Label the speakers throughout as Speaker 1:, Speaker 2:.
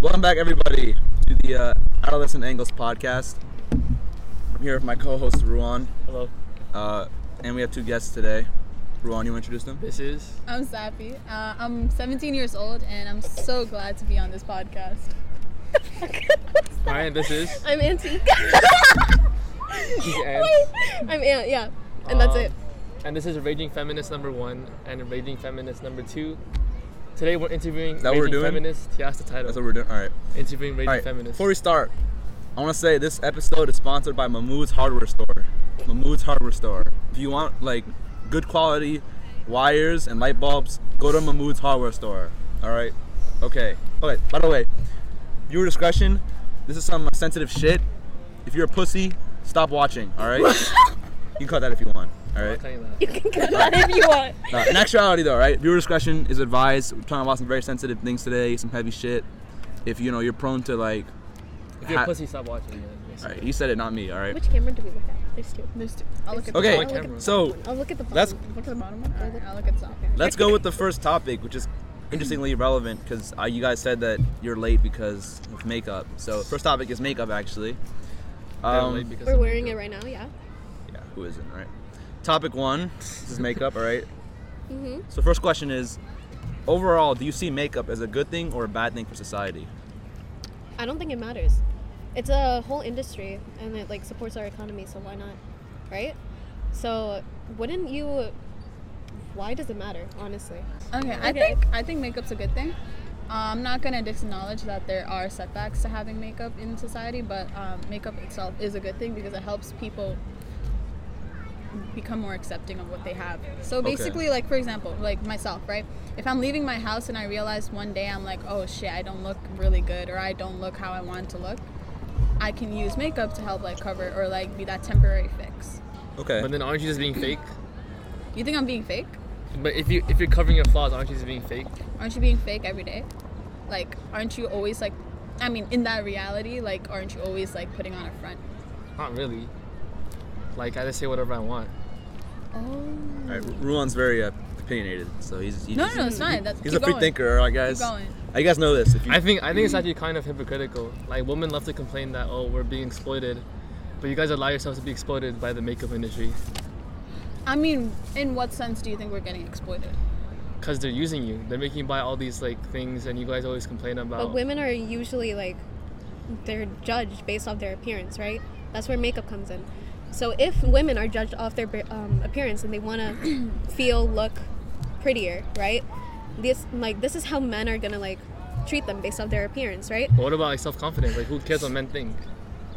Speaker 1: Welcome back, everybody, to the uh, Adolescent Angles podcast. I'm here with my co-host Ruan,
Speaker 2: Hello.
Speaker 1: uh, and we have two guests today. Ruan, you introduce them.
Speaker 2: This is
Speaker 3: I'm Sappy. Uh, I'm 17 years old, and I'm so glad to be on this podcast.
Speaker 2: Ryan. This is.
Speaker 3: I'm Auntie.
Speaker 2: She's Ant.
Speaker 3: I'm Aunt, yeah. And that's
Speaker 2: Um,
Speaker 3: it.
Speaker 2: And this is Raging Feminist number one and Raging Feminist number two. Today we're interviewing
Speaker 1: that what
Speaker 2: Raging
Speaker 1: we're doing?
Speaker 2: Feminist. Yeah, that's the title.
Speaker 1: That's what we're doing. All right,
Speaker 2: interviewing Raging
Speaker 1: all right.
Speaker 2: Feminist.
Speaker 1: Before we start, I want to say this episode is sponsored by Mahmood's Hardware Store. Mahmood's Hardware Store. If you want like good quality wires and light bulbs, go to Mahmood's Hardware Store. All right. Okay. Okay. By the way, viewer discretion. This is some sensitive shit. If you're a pussy, stop watching. All right. you can cut that if you want. All
Speaker 2: I'm
Speaker 1: right.
Speaker 2: not cutting that.
Speaker 3: if you want.
Speaker 1: No, in actuality, though, right? Viewer discretion is advised. We're talking about some very sensitive things today, some heavy shit. If you know you're prone to like,
Speaker 2: If you're
Speaker 1: Ha-
Speaker 2: a pussy, stop watching. Yeah,
Speaker 1: all
Speaker 2: basically.
Speaker 1: right, he said it, not me. All right.
Speaker 4: Which camera do we look at? There's two.
Speaker 3: There's two. I'll look at
Speaker 1: Okay.
Speaker 3: the
Speaker 2: On
Speaker 3: bottom one.
Speaker 2: camera.
Speaker 1: So
Speaker 4: I'll look at the bottom.
Speaker 1: Let's-
Speaker 3: Look at the bottom one. All right, I'll look at Sappy.
Speaker 1: let's go with the first topic, which is interestingly relevant because uh, you guys said that you're late because of makeup. So first topic is makeup, actually.
Speaker 2: Definitely,
Speaker 1: Um,
Speaker 2: because
Speaker 4: We're
Speaker 2: I'm
Speaker 4: wearing it
Speaker 2: good.
Speaker 4: right now, yeah.
Speaker 1: yeah, who isn't? All right. Topic one this is makeup. All right.
Speaker 4: Mm-hmm.
Speaker 1: So first question is, overall, do you see makeup as a good thing or a bad thing for society?
Speaker 4: I don't think it matters. It's a whole industry, and it like supports our economy. So why not, right? So wouldn't you? Why does it matter, honestly?
Speaker 3: Okay, I
Speaker 4: Okay.
Speaker 3: think I think makeup's a good thing. Uh, I'm not gonna acknowledge that there are setbacks to having makeup in society, but um, makeup itself is a good thing because it helps people become more accepting of what they have. So
Speaker 1: Okay.
Speaker 3: basically, like for example, like myself, right? If I'm leaving my house and I realize one day I'm like, oh shit, I don't look really good, or I don't look how I want to look, I can use makeup to help like cover or like be that temporary fix.
Speaker 1: Okay.
Speaker 2: But then aren't you just being fake?
Speaker 3: You think I'm being fake?
Speaker 2: But if you if you're covering your flaws, aren't you just being fake?
Speaker 3: aren't you being fake every day like aren't you always like i mean in that reality like aren't you always like putting on a front
Speaker 2: Not really. Like I just say whatever I want.
Speaker 3: oh
Speaker 1: All right, Ruan's very uh, opinionated, so he's, he's
Speaker 3: no no no it's fine that's
Speaker 1: He's
Speaker 3: keep
Speaker 1: a free
Speaker 3: going.
Speaker 1: thinker, all right, guys.
Speaker 3: going.
Speaker 1: Uh, You guys know this. If you,
Speaker 2: I think I think it's actually kind of hypocritical. Like women love to complain that oh we're being exploited, but you guys allow yourselves to be exploited by the makeup industry
Speaker 3: i mean in what sense do you think we're getting exploited
Speaker 2: because they're using you. They're making you buy all these like things, and you guys always complain about.
Speaker 4: But women are usually like they're judged based off their appearance, right? That's where makeup comes in. So if women are judged off their um, appearance and they want to feel look prettier, right? This like this is how men are gonna like treat them based off their appearance, right?
Speaker 2: But what about like self confidence? Like who cares what men think?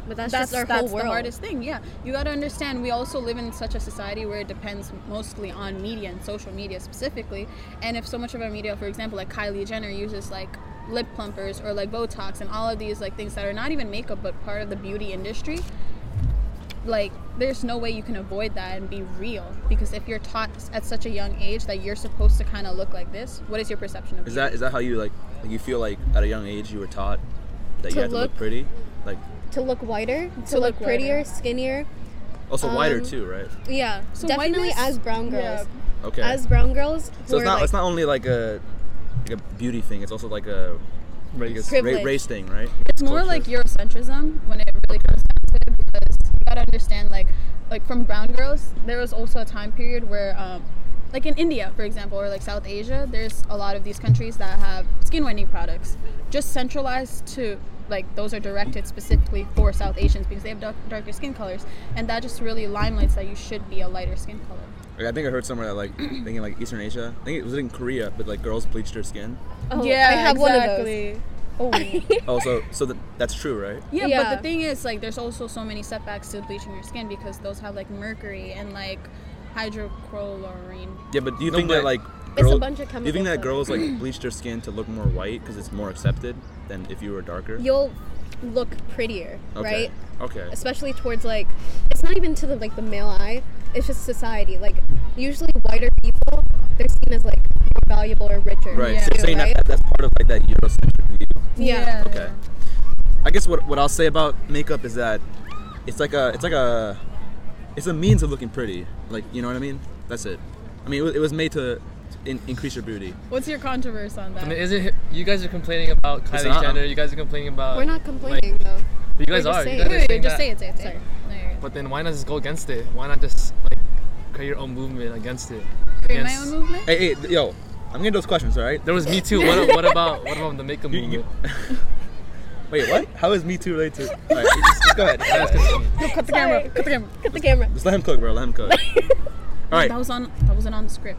Speaker 4: But that's,
Speaker 3: that's
Speaker 4: just our
Speaker 3: that's
Speaker 4: whole world.
Speaker 3: the hardest thing yeah you got to understand we also live in such a society where it depends mostly on media and social media specifically and if so much of our media for example like kylie jenner uses like lip plumpers or like botox and all of these like things that are not even makeup but part of the beauty industry like there's no way you can avoid that and be real because if you're taught at such a young age that you're supposed to kind of look like this what is your perception of
Speaker 1: is
Speaker 3: beauty?
Speaker 1: that is that how you like, like? You feel like at a young age you were taught that you
Speaker 4: To
Speaker 1: have to look
Speaker 4: look-
Speaker 1: pretty, like
Speaker 4: To look whiter, to,
Speaker 3: To
Speaker 4: look,
Speaker 3: look
Speaker 4: prettier,
Speaker 3: whiter.
Speaker 4: skinnier.
Speaker 1: also whiter
Speaker 4: Um,
Speaker 1: too, right?
Speaker 4: Yeah,
Speaker 3: So
Speaker 4: definitely
Speaker 3: whiteness-
Speaker 4: as brown girls.
Speaker 1: Okay.
Speaker 4: As brown girls,
Speaker 1: so
Speaker 4: who
Speaker 1: it's
Speaker 4: are,
Speaker 1: not
Speaker 4: like,
Speaker 1: it's not only like a like a beauty thing. It's also like a like
Speaker 2: Race.
Speaker 1: a ra-
Speaker 4: Privilege.
Speaker 1: race thing, right?
Speaker 3: it's more
Speaker 1: Culture.
Speaker 3: like Eurocentrism when it really comes down to it because you gotta understand like like from brown girls there was also a time period where um, like in India for example or like South Asia there's a lot of these countries that have skin whitening products just centralized to like those are directed specifically for South Asians because they have dark, darker skin colors and that just really limelights that you should be a lighter skin color
Speaker 1: Like, I think I heard somewhere that like thinking like Eastern Asia. I think it was in Korea, but like girls bleached their skin.
Speaker 4: oh, I have one of
Speaker 3: one
Speaker 4: those.
Speaker 3: of those oh
Speaker 1: Oh, so so that, that's true, right?
Speaker 3: Yeah, but
Speaker 4: Yeah.
Speaker 3: the thing is, like, there's also so many setbacks to bleaching your skin because those have like mercury and like hydrochlorine.
Speaker 1: Yeah, but do you
Speaker 2: No,
Speaker 1: think
Speaker 2: but
Speaker 1: that like
Speaker 4: it's a bunch of
Speaker 1: Do you think that
Speaker 4: chemicals that-
Speaker 1: girls like bleached their skin to look more white because it's more accepted than if you were darker?
Speaker 4: You'll look prettier, right?
Speaker 1: Okay.
Speaker 4: especially towards like it's not even to the like the male eye it's just society like usually whiter people they're seen as like more valuable or richer
Speaker 1: Right.
Speaker 3: Yeah.
Speaker 1: so
Speaker 4: too,
Speaker 1: you're saying
Speaker 4: right?
Speaker 1: that that's part of like that Eurocentric view.
Speaker 4: yeah,
Speaker 1: Okay. I guess what, what I'll say about makeup is that it's like a it's like a it's a means of looking pretty. Like you know what I mean? That's it. I mean it, wa- it was made to in, increase your beauty.
Speaker 3: What's your controversy on that?
Speaker 2: I mean, is it you guys are complaining about
Speaker 1: It's
Speaker 2: Kylie
Speaker 1: not.
Speaker 2: Jenner? You guys are complaining about.
Speaker 4: We're not complaining though.
Speaker 2: But you guys
Speaker 4: we're just
Speaker 2: are.
Speaker 4: saying-
Speaker 2: You guys
Speaker 4: Wait,
Speaker 2: are
Speaker 3: Wait, wait,
Speaker 2: saying
Speaker 3: just
Speaker 2: that.
Speaker 3: say it, say it, say it. No, you're right.
Speaker 2: But then why not just go against it? Why not just like create your own movement against it?
Speaker 3: Create my
Speaker 2: Yes.
Speaker 3: own movement?
Speaker 1: Hey, hey, yo, I'm getting those questions, all right?
Speaker 2: There was Me Too. What, what about what about the makeup
Speaker 1: You- you-
Speaker 2: movement?
Speaker 1: Wait, what? How is Me Too related to? All right, just, just go ahead.
Speaker 2: That's confusing.
Speaker 3: Cut the
Speaker 4: Sorry.
Speaker 3: camera. Cut the camera.
Speaker 4: Cut the camera.
Speaker 1: Just let him cook, bro. Let him cook. All right,
Speaker 3: That was on. That wasn't on the script.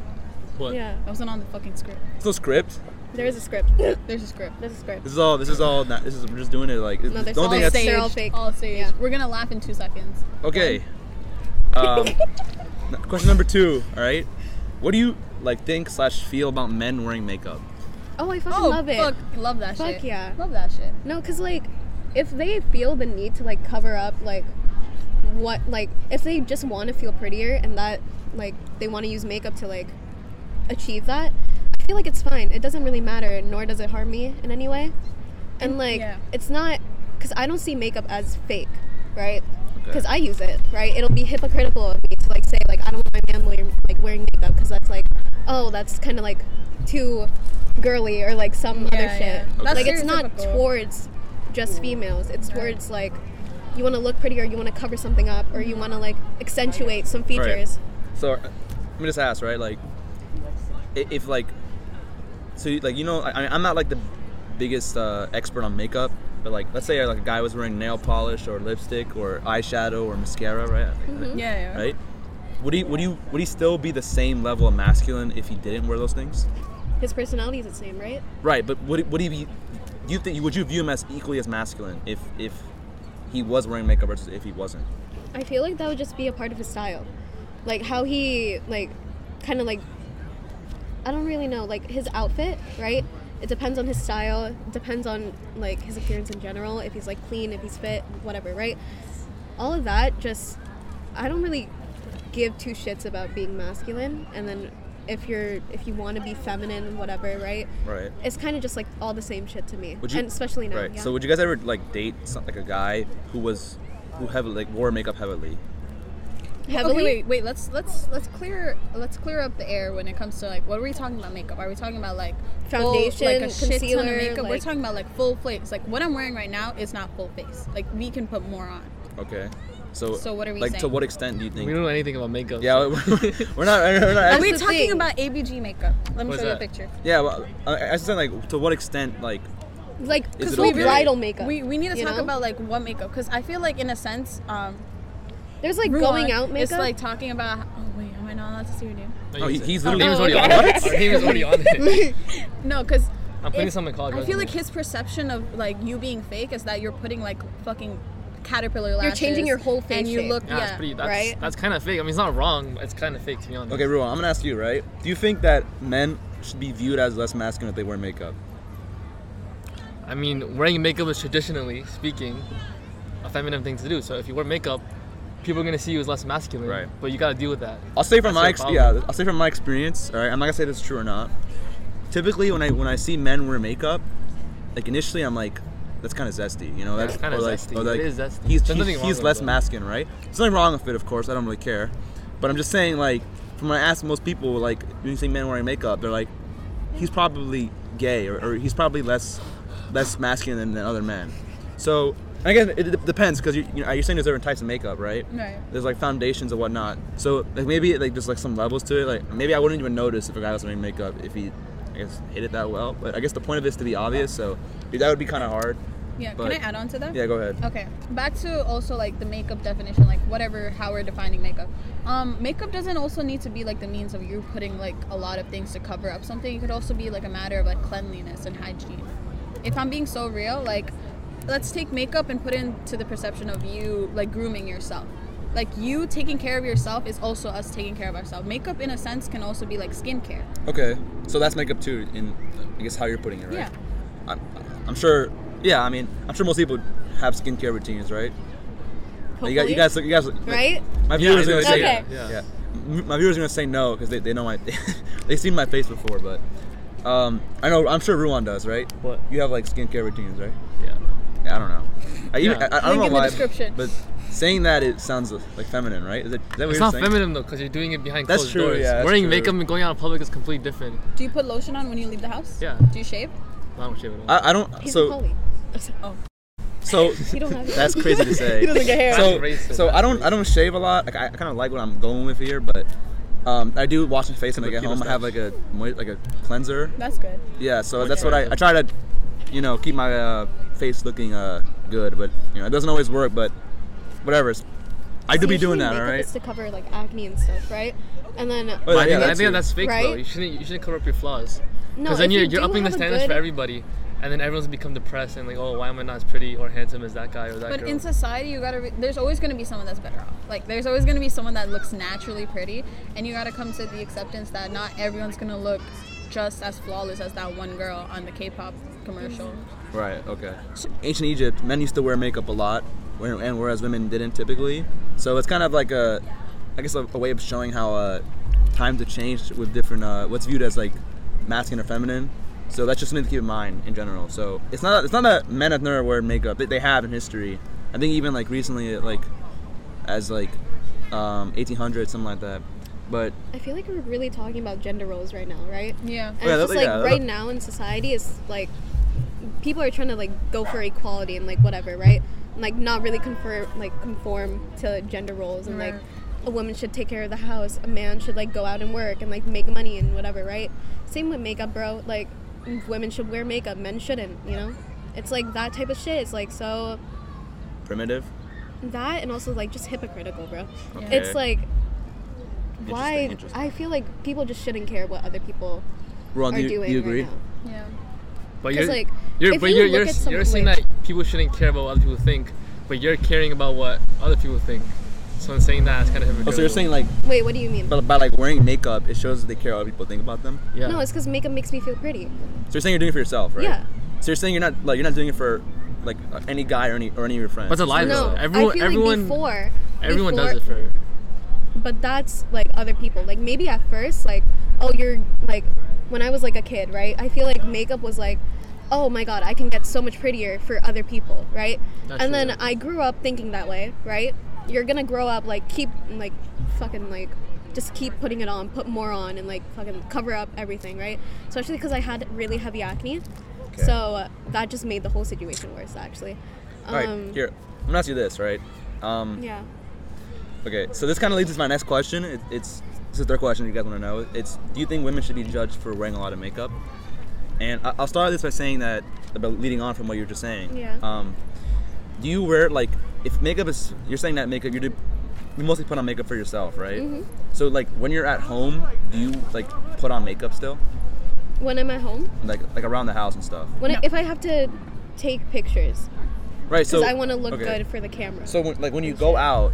Speaker 2: What?
Speaker 4: Yeah,
Speaker 3: That wasn't on the fucking script.
Speaker 1: so script.
Speaker 4: there is a script.
Speaker 3: There's a script.
Speaker 4: There's a script.
Speaker 1: This is all. This is all. Not, this is we're just doing it like.
Speaker 4: No, there's
Speaker 1: don't
Speaker 4: all
Speaker 1: think
Speaker 4: Yes.
Speaker 1: that's
Speaker 4: They're all
Speaker 3: Staged,
Speaker 4: fake.
Speaker 3: All staged.
Speaker 4: Yeah.
Speaker 3: We're gonna laugh in two seconds.
Speaker 1: okay. Um, n- question number two. All right, what do you like think slash feel about men wearing makeup?
Speaker 4: Oh, I fucking love it.
Speaker 3: fuck, love that
Speaker 4: Fuck
Speaker 3: shit.
Speaker 4: yeah.
Speaker 3: Love that shit.
Speaker 4: No, cause like, if they feel the need to like cover up like what like if they just want to feel prettier and that like they want to use makeup to like achieve that, I feel like it's fine. It doesn't really matter, nor does it harm me in any way. And like,
Speaker 3: yeah.
Speaker 4: it's not because I don't see makeup as fake, right?
Speaker 1: Okay.
Speaker 4: Because I use it, right? It'll be hypocritical of me to like say like I don't want my man wearing like wearing makeup because that's like, oh, that's kind of like too girly or like some other
Speaker 3: Yeah,
Speaker 4: shit
Speaker 3: yeah. That's
Speaker 4: like it's not
Speaker 3: stereotypical.
Speaker 4: towards just females it's towards like you want to look pretty or you want to cover something up or you want to like accentuate some features
Speaker 1: So, uh, let me just ask, right? Like, i- if like, so you- like you know, I, I mean, I'm not like the biggest uh, expert on makeup, but like, let's say uh, like a guy was wearing nail polish or lipstick or eyeshadow or mascara, right?
Speaker 3: Yeah, yeah.
Speaker 1: Right? Would he would you would he still be the same level of masculine if he didn't wear those things?
Speaker 4: his personality is the same right
Speaker 1: Right, but would he- would he be? Do you think would you view him as equally as masculine if if he was wearing makeup versus if he wasn't?
Speaker 4: i feel like that would just be a part of his style like how he like kind of like i don't really know like his outfit right it depends on his style it depends on like his appearance in general if he's like clean if he's fit whatever right all of that just i don't really give two shits about being masculine and then if you're if you want to be feminine whatever right
Speaker 1: Right.
Speaker 4: it's kind of just like all the same shit to me
Speaker 1: Would you,
Speaker 4: and especially now
Speaker 1: Right.
Speaker 4: yeah.
Speaker 1: So would you guys ever like date some, like a guy who was who heavily like wore makeup heavily?
Speaker 4: heavily
Speaker 3: Okay, wait, wait. Let's let's let's clear let's clear up the air when it comes to like what are we talking about makeup? Are we talking about like full-
Speaker 4: Foundation,
Speaker 3: like a shit ton
Speaker 4: concealer,
Speaker 3: of makeup? We're
Speaker 4: like-
Speaker 3: talking about like full face. Like what I'm wearing right now is not full face. Like we can put more on.
Speaker 1: Okay. So
Speaker 3: So what are we
Speaker 1: like to
Speaker 3: saying?
Speaker 1: what extent do you think?
Speaker 2: We don't know anything about makeup.
Speaker 1: yeah, we're not. We're not
Speaker 3: Are we
Speaker 4: the
Speaker 3: talking
Speaker 4: thing.
Speaker 3: about ABG makeup? Let me
Speaker 2: What is
Speaker 3: show you
Speaker 2: that?
Speaker 3: a picture.
Speaker 1: yeah, well, I, I was just saying like to what extent like
Speaker 4: like
Speaker 1: Is
Speaker 4: because
Speaker 1: it
Speaker 4: we
Speaker 1: okay?
Speaker 4: bridal makeup
Speaker 3: We, we need to
Speaker 4: you
Speaker 3: talk
Speaker 4: know?
Speaker 3: about like what makeup because I feel like in a sense, um,
Speaker 4: there's like
Speaker 3: Ruan
Speaker 4: going out makeup
Speaker 3: is like talking about. Oh wait, am I not allowed to see your name?
Speaker 1: Oh, he- he's
Speaker 2: Our
Speaker 1: literally-
Speaker 2: name is already
Speaker 4: Oh,
Speaker 2: on
Speaker 4: okay.
Speaker 2: it. Our name is already on it.
Speaker 3: No, because
Speaker 2: I'm putting
Speaker 3: if-
Speaker 2: some in college.
Speaker 3: I feel like
Speaker 2: resume.
Speaker 3: his perception of like you being fake is that you're putting like fucking caterpillar lashes.
Speaker 4: You're changing your whole face
Speaker 3: and you
Speaker 4: shape.
Speaker 3: look
Speaker 2: Yeah,
Speaker 3: yeah.
Speaker 2: That's, pretty, that's,
Speaker 4: right?
Speaker 2: that's kind of fake. I mean, it's not wrong. But it's kind of fake to be honest.
Speaker 1: okay, Ruan, I'm gonna ask you right. Do you think that men should be viewed as less masculine if they wear makeup?
Speaker 2: I mean, wearing makeup is traditionally speaking a feminine thing to do. So if you wear makeup, people are gonna see you as less masculine.
Speaker 1: Right.
Speaker 2: But you gotta deal with that.
Speaker 1: I'll say from
Speaker 2: That's
Speaker 1: my
Speaker 2: their
Speaker 1: ex-
Speaker 2: problem.
Speaker 1: yeah, I'll say from my experience. All right, I'm not gonna say this is true or not. Typically, when I when I see men wear makeup, like initially I'm like, that's kind of zesty, you know?
Speaker 2: That's kinda
Speaker 1: or like-
Speaker 2: zesty.
Speaker 1: or like,
Speaker 2: It is zesty.
Speaker 1: He's
Speaker 2: There's
Speaker 1: he's,
Speaker 2: nothing wrong
Speaker 1: he's
Speaker 2: with
Speaker 1: less
Speaker 2: that.
Speaker 1: masculine, right? There's nothing wrong with it, of course. I don't really care, but I'm just saying like from what I ask most people, like when you see men wearing makeup, they're like, he's probably gay or, or he's probably less less masculine than, than other men. So I guess it d- depends because you, you know, you're saying there's different types of makeup, right?
Speaker 3: Right.
Speaker 1: There's like foundations and whatnot. So like maybe like there's like some levels to it. Like maybe I wouldn't even notice if a guy was wearing makeup if he I guess hit it that well. But I guess the point of it is to be obvious. So that would be kind of hard.
Speaker 3: Yeah,
Speaker 1: But-
Speaker 3: can I add on to that?
Speaker 1: Yeah, go ahead.
Speaker 3: Okay, back to also like the makeup definition, like whatever how we're defining makeup. Um, makeup doesn't also need to be like the means of you putting like a lot of things to cover up something. It could also be like a matter of like cleanliness and hygiene. If I'm being so real, like let's take makeup and put it into the perception of you like grooming yourself. Like you taking care of yourself is also us taking care of ourselves. Makeup in a sense can also be like skincare.
Speaker 1: Okay, so that's makeup too, in I guess how you're putting it, right?
Speaker 3: Yeah.
Speaker 1: I'm, I'm sure. Yeah, I mean, I'm sure most people have skincare routines, right? Like, You guys, you guys, look- you guys, look-
Speaker 4: Right?
Speaker 1: My viewers
Speaker 2: I
Speaker 1: are
Speaker 2: know
Speaker 1: gonna say,
Speaker 4: Okay.
Speaker 2: Yeah.
Speaker 1: yeah, M- my viewers are gonna say no because they, they know my, they've seen my face before, but um, I know I'm sure Ruan does, right?
Speaker 2: What?
Speaker 1: You have like skincare routines, right?
Speaker 2: Yeah.
Speaker 1: Yeah, I don't know. I, even,
Speaker 2: Yeah.
Speaker 1: I, I don't
Speaker 3: Link
Speaker 1: know
Speaker 3: in the
Speaker 1: why,
Speaker 3: description.
Speaker 1: But saying that it sounds like feminine, right? Is, it, is that what
Speaker 2: It's
Speaker 1: you're
Speaker 2: not
Speaker 1: saying?
Speaker 2: feminine though, because you're doing it behind
Speaker 1: That's
Speaker 2: closed
Speaker 1: true,
Speaker 2: doors.
Speaker 1: yeah, that's
Speaker 2: Wearing
Speaker 1: true.
Speaker 2: makeup and going out in public is completely different.
Speaker 3: Do you put lotion on when you leave the house?
Speaker 2: Yeah.
Speaker 3: Do you shave?
Speaker 2: I don't shave at all.
Speaker 1: I, I don't.
Speaker 4: He's a
Speaker 1: so
Speaker 4: poly. I'm sorry.
Speaker 1: so
Speaker 4: You don't have it.
Speaker 1: that's crazy to say.
Speaker 4: He doesn't get hair.
Speaker 1: So,
Speaker 2: Racist,
Speaker 1: so I
Speaker 2: that's
Speaker 1: don't I don't shave a lot. Like I, I kind of like what I'm going with here, but um, I do wash my face when I get
Speaker 2: Keep it
Speaker 1: home. I have like a moi- like a cleanser.
Speaker 3: That's good.
Speaker 1: Yeah, so that's what I, I try to, you know, keep my uh, face looking uh, good. But you know, it doesn't always work. But whatever. It's- I do be
Speaker 4: Usually
Speaker 1: doing that, all
Speaker 4: makeup
Speaker 1: right.
Speaker 4: It's to cover like acne and stuff, right? And then
Speaker 1: But
Speaker 2: I,
Speaker 1: yeah,
Speaker 2: think, I
Speaker 1: that
Speaker 2: think
Speaker 1: too.
Speaker 2: that's fake though.
Speaker 4: Right?
Speaker 2: You shouldn't you shouldn't cover up your flaws.
Speaker 4: no,
Speaker 2: Because then
Speaker 4: if you
Speaker 2: you're, you're
Speaker 4: do
Speaker 2: upping the
Speaker 4: have a
Speaker 2: standards for
Speaker 4: good-
Speaker 2: everybody, and then everyone's become depressed and like, oh, why am I not as pretty or handsome as that guy or that
Speaker 3: But
Speaker 2: girl?
Speaker 3: in society, you gotta. Re- there's always gonna be someone that's better off. Like there's always gonna be someone that looks naturally pretty, and you gotta come to the acceptance that not everyone's gonna look just as flawless as that one girl on the K-pop commercial.
Speaker 1: Right. Okay. Ancient Egypt, men used to wear makeup a lot, where- and whereas women didn't typically. So it's kind of like a, I guess, a, a way of showing how uh, times have changed with different uh, what's viewed as like masculine or feminine. So that's just something to keep in mind in general. So it's not it's not that men have never worn makeup. They, they have in history. I think even like recently, like as like um, 1800 something like that. But
Speaker 4: I feel like we're really talking about gender roles right now, right?
Speaker 3: Yeah.
Speaker 4: And
Speaker 1: Yeah,
Speaker 4: it's
Speaker 1: that-
Speaker 4: just like
Speaker 1: yeah.
Speaker 4: right now in society, it's like people are trying to like go for equality and like whatever, right? And, like not really conform like conform to gender roles and like
Speaker 3: Right.
Speaker 4: a woman should take care of the house, a man should like go out and work and like make money and whatever, right? Same with makeup, bro. Like women should wear makeup, men shouldn't, you know? It's like that type of shit. It's like so
Speaker 1: primitive.
Speaker 4: that and also like just hypocritical, bro.
Speaker 1: Okay.
Speaker 4: It's like why
Speaker 1: interesting.
Speaker 4: I feel like people just shouldn't care what other people
Speaker 1: Ron,
Speaker 4: are
Speaker 1: do you,
Speaker 4: doing
Speaker 1: you agree?
Speaker 4: right now.
Speaker 3: Yeah.
Speaker 2: but
Speaker 4: Because
Speaker 2: you're,
Speaker 4: like,
Speaker 2: you're,
Speaker 4: if
Speaker 2: but
Speaker 4: you
Speaker 2: you're,
Speaker 4: look
Speaker 2: you're,
Speaker 4: at some-
Speaker 2: you're saying
Speaker 4: wait.
Speaker 2: that people shouldn't care about what other people think, but you're caring about what other people think. So in saying that, it's kind of hypocritical.
Speaker 1: Oh, so you're saying like
Speaker 4: Wait, what do you mean?
Speaker 1: by, by like wearing makeup, it shows that they care what people think about them.
Speaker 2: yeah.
Speaker 4: No, it's because makeup makes me feel pretty.
Speaker 1: So you're saying you're doing it for yourself, right?
Speaker 4: Yeah.
Speaker 1: So you're saying you're not like you're not doing it for like uh, any guy or any or any of your friends.
Speaker 2: That's a lie,
Speaker 4: No,
Speaker 2: though. Everyone,
Speaker 4: I feel
Speaker 2: everyone,
Speaker 4: like before,
Speaker 2: everyone
Speaker 4: before,
Speaker 2: does it for.
Speaker 4: But that's like other people. Like maybe at first, like oh, you're like when I was like a kid, right? I feel like makeup was like, oh my god, I can get so much prettier for other people, right?
Speaker 2: That's
Speaker 4: and
Speaker 2: true,
Speaker 4: then
Speaker 2: yeah.
Speaker 4: I grew up thinking that way, right? You're gonna grow up like keep like fucking like just keep putting it on, put more on, and like fucking cover up everything, right? Especially because I had really heavy acne, so uh, that just made the whole situation worse, actually.
Speaker 1: All
Speaker 4: Um,
Speaker 1: right, here. I'm gonna ask you this, right? Um,
Speaker 4: Yeah.
Speaker 1: okay, so this kind of leads us to my next question. It, it's this is their question. If you guys want to know, it's do you think women should be judged for wearing a lot of makeup? And I, I'll start this by saying that about leading on from what you were just saying.
Speaker 4: Yeah.
Speaker 1: Um, do you wear like if makeup is you're saying that makeup you do you mostly put on makeup for yourself, right?
Speaker 4: Mhm.
Speaker 1: So like when you're at home, do you like put on makeup still?
Speaker 4: When I'm at home,
Speaker 1: like like around the house and stuff.
Speaker 4: When
Speaker 3: No.
Speaker 4: I, if I have to take pictures
Speaker 1: Right.
Speaker 4: because
Speaker 1: So
Speaker 4: I want to look
Speaker 1: okay.
Speaker 4: good for the camera.
Speaker 1: So when, like when you go out,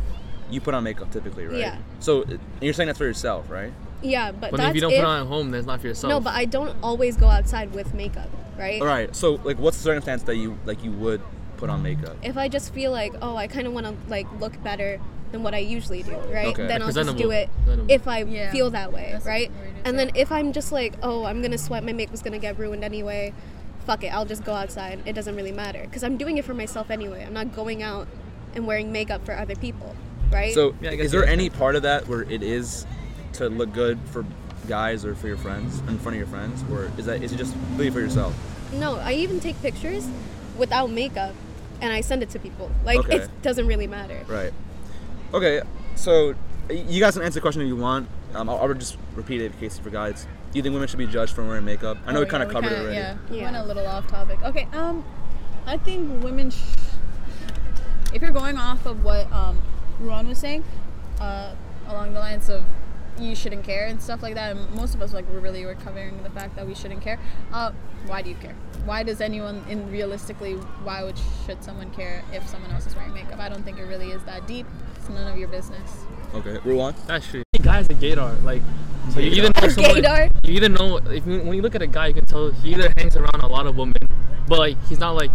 Speaker 1: you put on makeup typically, right?
Speaker 4: Yeah.
Speaker 1: So and you're saying that's for yourself, right?
Speaker 4: yeah, but
Speaker 2: But
Speaker 4: that's
Speaker 2: if you don't
Speaker 4: if,
Speaker 2: put on oh. at home, then it's not for yourself.
Speaker 4: no, but I don't always go outside with makeup, right?
Speaker 1: All right. So like what's the circumstance that you like you would put on makeup?
Speaker 4: If I just feel like oh, I kind of want to like look better than what I usually do, right?
Speaker 1: Okay.
Speaker 4: Then I'll just do
Speaker 2: Presentable.
Speaker 4: it
Speaker 2: Presentable.
Speaker 4: if I
Speaker 3: Yeah.
Speaker 4: feel that way,
Speaker 3: That's a
Speaker 4: right?
Speaker 3: good way to
Speaker 4: And
Speaker 3: say
Speaker 4: then if I'm just like oh, I'm gonna sweat, my makeup's gonna get ruined anyway. Fuck it, I'll just go outside. It doesn't really matter because I'm doing it for myself anyway. I'm not going out and wearing makeup for other people, right?
Speaker 1: So
Speaker 2: Yeah, I guess
Speaker 1: is there
Speaker 2: yeah.
Speaker 1: any part of that where it is to look good for guys or for your friends in front of your friends, or is that is it just really for yourself?
Speaker 4: No, I even take pictures without makeup and I send it to people. Like
Speaker 1: Okay.
Speaker 4: it doesn't really matter.
Speaker 1: Right. Okay. So you guys can answer the question if you want. Um, I'll, I'll just repeat it in case you forgot. It's, do you think women should be judged for wearing makeup? I know
Speaker 3: Oh,
Speaker 1: we kind of
Speaker 3: yeah,
Speaker 1: covered
Speaker 3: kinda-
Speaker 1: it already.
Speaker 3: Yeah, we
Speaker 4: Yeah.
Speaker 3: went a little off topic. Okay, um, I think women, sh- if you're going off of what um, Ruan was saying, uh, along the lines of you shouldn't care and stuff like that, and most of us like we're really were covering the fact that we shouldn't care. Uh, why do you care? Why does anyone, in realistically, why would should someone care if someone else is wearing makeup? I don't think it really is that deep. It's none of your business.
Speaker 1: Okay. Ruan.
Speaker 2: That's true. Hey, guys, the gaydar. Like, so you either know someone,
Speaker 4: Gaydar?
Speaker 2: You either know if you, when you look at a guy, you can tell he either hangs around a lot of women, but like he's not like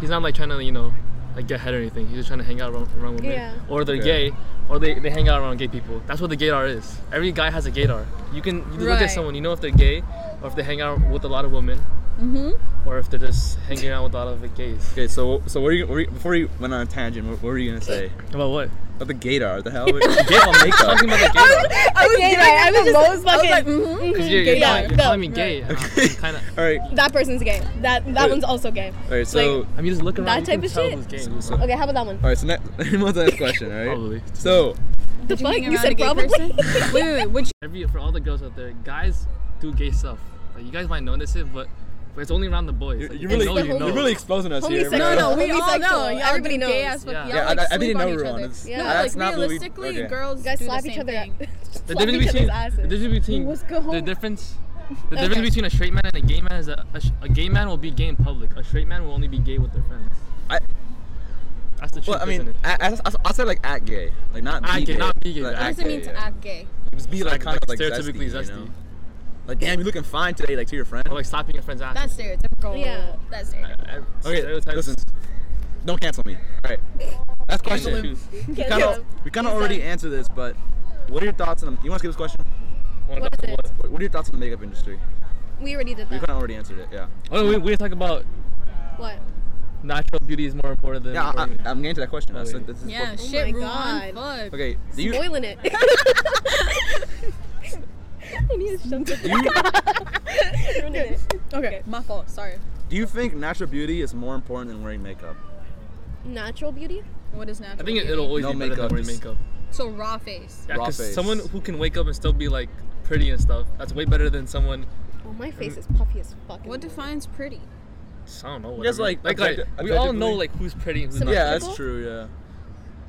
Speaker 2: he's not like trying to you know like get ahead or anything. He's just trying to hang out around, around women,
Speaker 4: Yeah.
Speaker 2: or they're
Speaker 1: Okay.
Speaker 2: gay, or they, they hang out around gay people. That's what the gaydar is. Every guy has a gaydar. You can you look
Speaker 3: Right.
Speaker 2: at someone, you know if they're gay or if they hang out with a lot of women.
Speaker 3: Mm-hmm.
Speaker 2: or if they're just hanging out with a lot of the gays.
Speaker 1: Okay, so so what are you, what are you before you went on a tangent? What, what were you gonna say?
Speaker 2: About what?
Speaker 1: About the gaydar? The hell?
Speaker 2: Um,
Speaker 1: Gaydar makeup.
Speaker 2: Talking about the gaydar.
Speaker 3: I was
Speaker 4: gay
Speaker 3: giving
Speaker 4: guy. I
Speaker 3: it
Speaker 4: was
Speaker 3: the
Speaker 4: just- Mm-hmm.
Speaker 3: most
Speaker 4: I was
Speaker 3: fucking.
Speaker 4: like,
Speaker 3: mhm.
Speaker 2: Because you're, you're,
Speaker 4: Gay guy.
Speaker 2: calling, you're
Speaker 4: No,
Speaker 2: calling me gay. kind of.
Speaker 1: All right,
Speaker 4: That person's gay. That that
Speaker 1: Wait.
Speaker 4: one's also gay.
Speaker 1: all right. So
Speaker 2: I mean, just look around.
Speaker 4: That
Speaker 2: you
Speaker 4: type
Speaker 2: can
Speaker 4: of
Speaker 2: tell
Speaker 4: shit.
Speaker 2: Who's gay.
Speaker 1: So-
Speaker 2: and who's
Speaker 1: so-
Speaker 2: not.
Speaker 4: Okay, how about that one?
Speaker 1: all right. So next, what's the next question? All right.
Speaker 2: Probably.
Speaker 1: So
Speaker 4: The
Speaker 3: Did you
Speaker 4: fuck?
Speaker 3: hang
Speaker 4: You
Speaker 3: around
Speaker 4: said
Speaker 3: a gay
Speaker 4: probably.
Speaker 3: person? wait, wait, wait. Would you?
Speaker 2: Every for all the girls out there, guys do gay stuff. Like, you guys might notice it, but but it's only around the boys.
Speaker 1: you're,
Speaker 2: Like,
Speaker 1: you're
Speaker 2: if
Speaker 1: really
Speaker 2: you know, you
Speaker 1: you're
Speaker 2: know.
Speaker 1: really exposing us here. bro.
Speaker 4: Homosexual.
Speaker 3: No, no, we all
Speaker 4: Homosexual.
Speaker 3: know. Y'all
Speaker 4: Everybody
Speaker 3: do Gay
Speaker 4: knows.
Speaker 3: as fuck.
Speaker 2: Yeah.
Speaker 3: Y'all
Speaker 1: Yeah, I-
Speaker 3: like
Speaker 1: I
Speaker 3: sleep
Speaker 1: didn't
Speaker 3: on
Speaker 1: know
Speaker 3: each
Speaker 1: we were on
Speaker 3: other.
Speaker 1: this.
Speaker 4: Yeah.
Speaker 3: No,
Speaker 1: That's
Speaker 3: like
Speaker 1: not what we-
Speaker 3: realistically,
Speaker 1: okay.
Speaker 3: girls
Speaker 4: You guys
Speaker 3: do
Speaker 4: slap
Speaker 3: the
Speaker 4: each
Speaker 3: same
Speaker 4: other.
Speaker 3: thing.
Speaker 2: The
Speaker 4: slap
Speaker 2: difference
Speaker 4: each
Speaker 2: between
Speaker 4: other's asses.
Speaker 2: the difference between
Speaker 3: Let's go
Speaker 2: the
Speaker 3: home.
Speaker 2: difference the difference between a straight man and a gay man is that a, sh- a gay man will be gay in public. A straight man will only be gay with their friends.
Speaker 1: I-
Speaker 2: That's the truth.
Speaker 1: Well, I
Speaker 2: isn't
Speaker 1: mean,
Speaker 2: it?
Speaker 1: I, I, I, I said like act gay, like not be
Speaker 2: Act gay,
Speaker 1: gay,
Speaker 2: not be gay.
Speaker 1: Like,
Speaker 2: What
Speaker 3: What
Speaker 1: act
Speaker 3: does it mean
Speaker 1: gay,
Speaker 3: to
Speaker 1: yeah.
Speaker 3: act gay?
Speaker 1: Just be like, kind of like
Speaker 2: stereotypically zesty.
Speaker 1: You know? Like damn, you're looking fine today, like to your friend.
Speaker 2: Or like slapping your friend's ass.
Speaker 3: That's stereotypical.
Speaker 4: Yeah.
Speaker 3: That's stereotypical.
Speaker 1: Okay,
Speaker 2: stereotypes.
Speaker 1: listen. Don't cancel me. All right. That's question.
Speaker 2: Choose.
Speaker 1: We kind of we kind of already answered this, but what are your thoughts on? The, you want to skip this question?
Speaker 2: Wanna
Speaker 4: What
Speaker 2: talk
Speaker 4: is
Speaker 2: about-
Speaker 1: What, what are your thoughts on the makeup industry?
Speaker 4: We already did
Speaker 1: We
Speaker 4: that.
Speaker 1: kind of already answered it. Yeah.
Speaker 2: Oh, we we talk about
Speaker 4: What?
Speaker 2: natural beauty is more important than.
Speaker 1: Yeah, I,
Speaker 2: important-
Speaker 1: I, I'm getting to that question. I
Speaker 2: Okay.
Speaker 1: said this is
Speaker 3: Yeah,
Speaker 1: what-
Speaker 3: shit,
Speaker 4: my
Speaker 3: Ruan.
Speaker 4: God.
Speaker 3: Fuck.
Speaker 1: Okay. Do you
Speaker 4: Boiling it. I need to shut
Speaker 1: do you,
Speaker 4: it.
Speaker 3: Okay, my fault. Sorry.
Speaker 1: do you think natural beauty is more important than wearing makeup?
Speaker 4: Natural beauty?
Speaker 3: What is natural?
Speaker 2: I think it,
Speaker 3: beauty?
Speaker 2: it'll always
Speaker 1: No
Speaker 2: be better
Speaker 1: makeup,
Speaker 2: than wearing
Speaker 1: just-
Speaker 2: makeup.
Speaker 3: So raw face.
Speaker 2: Yeah,
Speaker 1: Raw
Speaker 2: because
Speaker 1: face.
Speaker 2: someone who can wake up and still be like pretty and stuff, that's way better than someone.
Speaker 4: Well, Oh, my face is puffy as fuck.
Speaker 3: What defines pretty?
Speaker 2: just, I don't know.
Speaker 1: Just,
Speaker 2: whatever.
Speaker 1: like,
Speaker 2: like, like,
Speaker 1: objecti-
Speaker 2: we all know
Speaker 1: objectively.
Speaker 2: like who's pretty and who's
Speaker 4: Symmetrical.
Speaker 2: not.
Speaker 1: Yeah, that's
Speaker 4: Symmetrical?
Speaker 1: true. Yeah.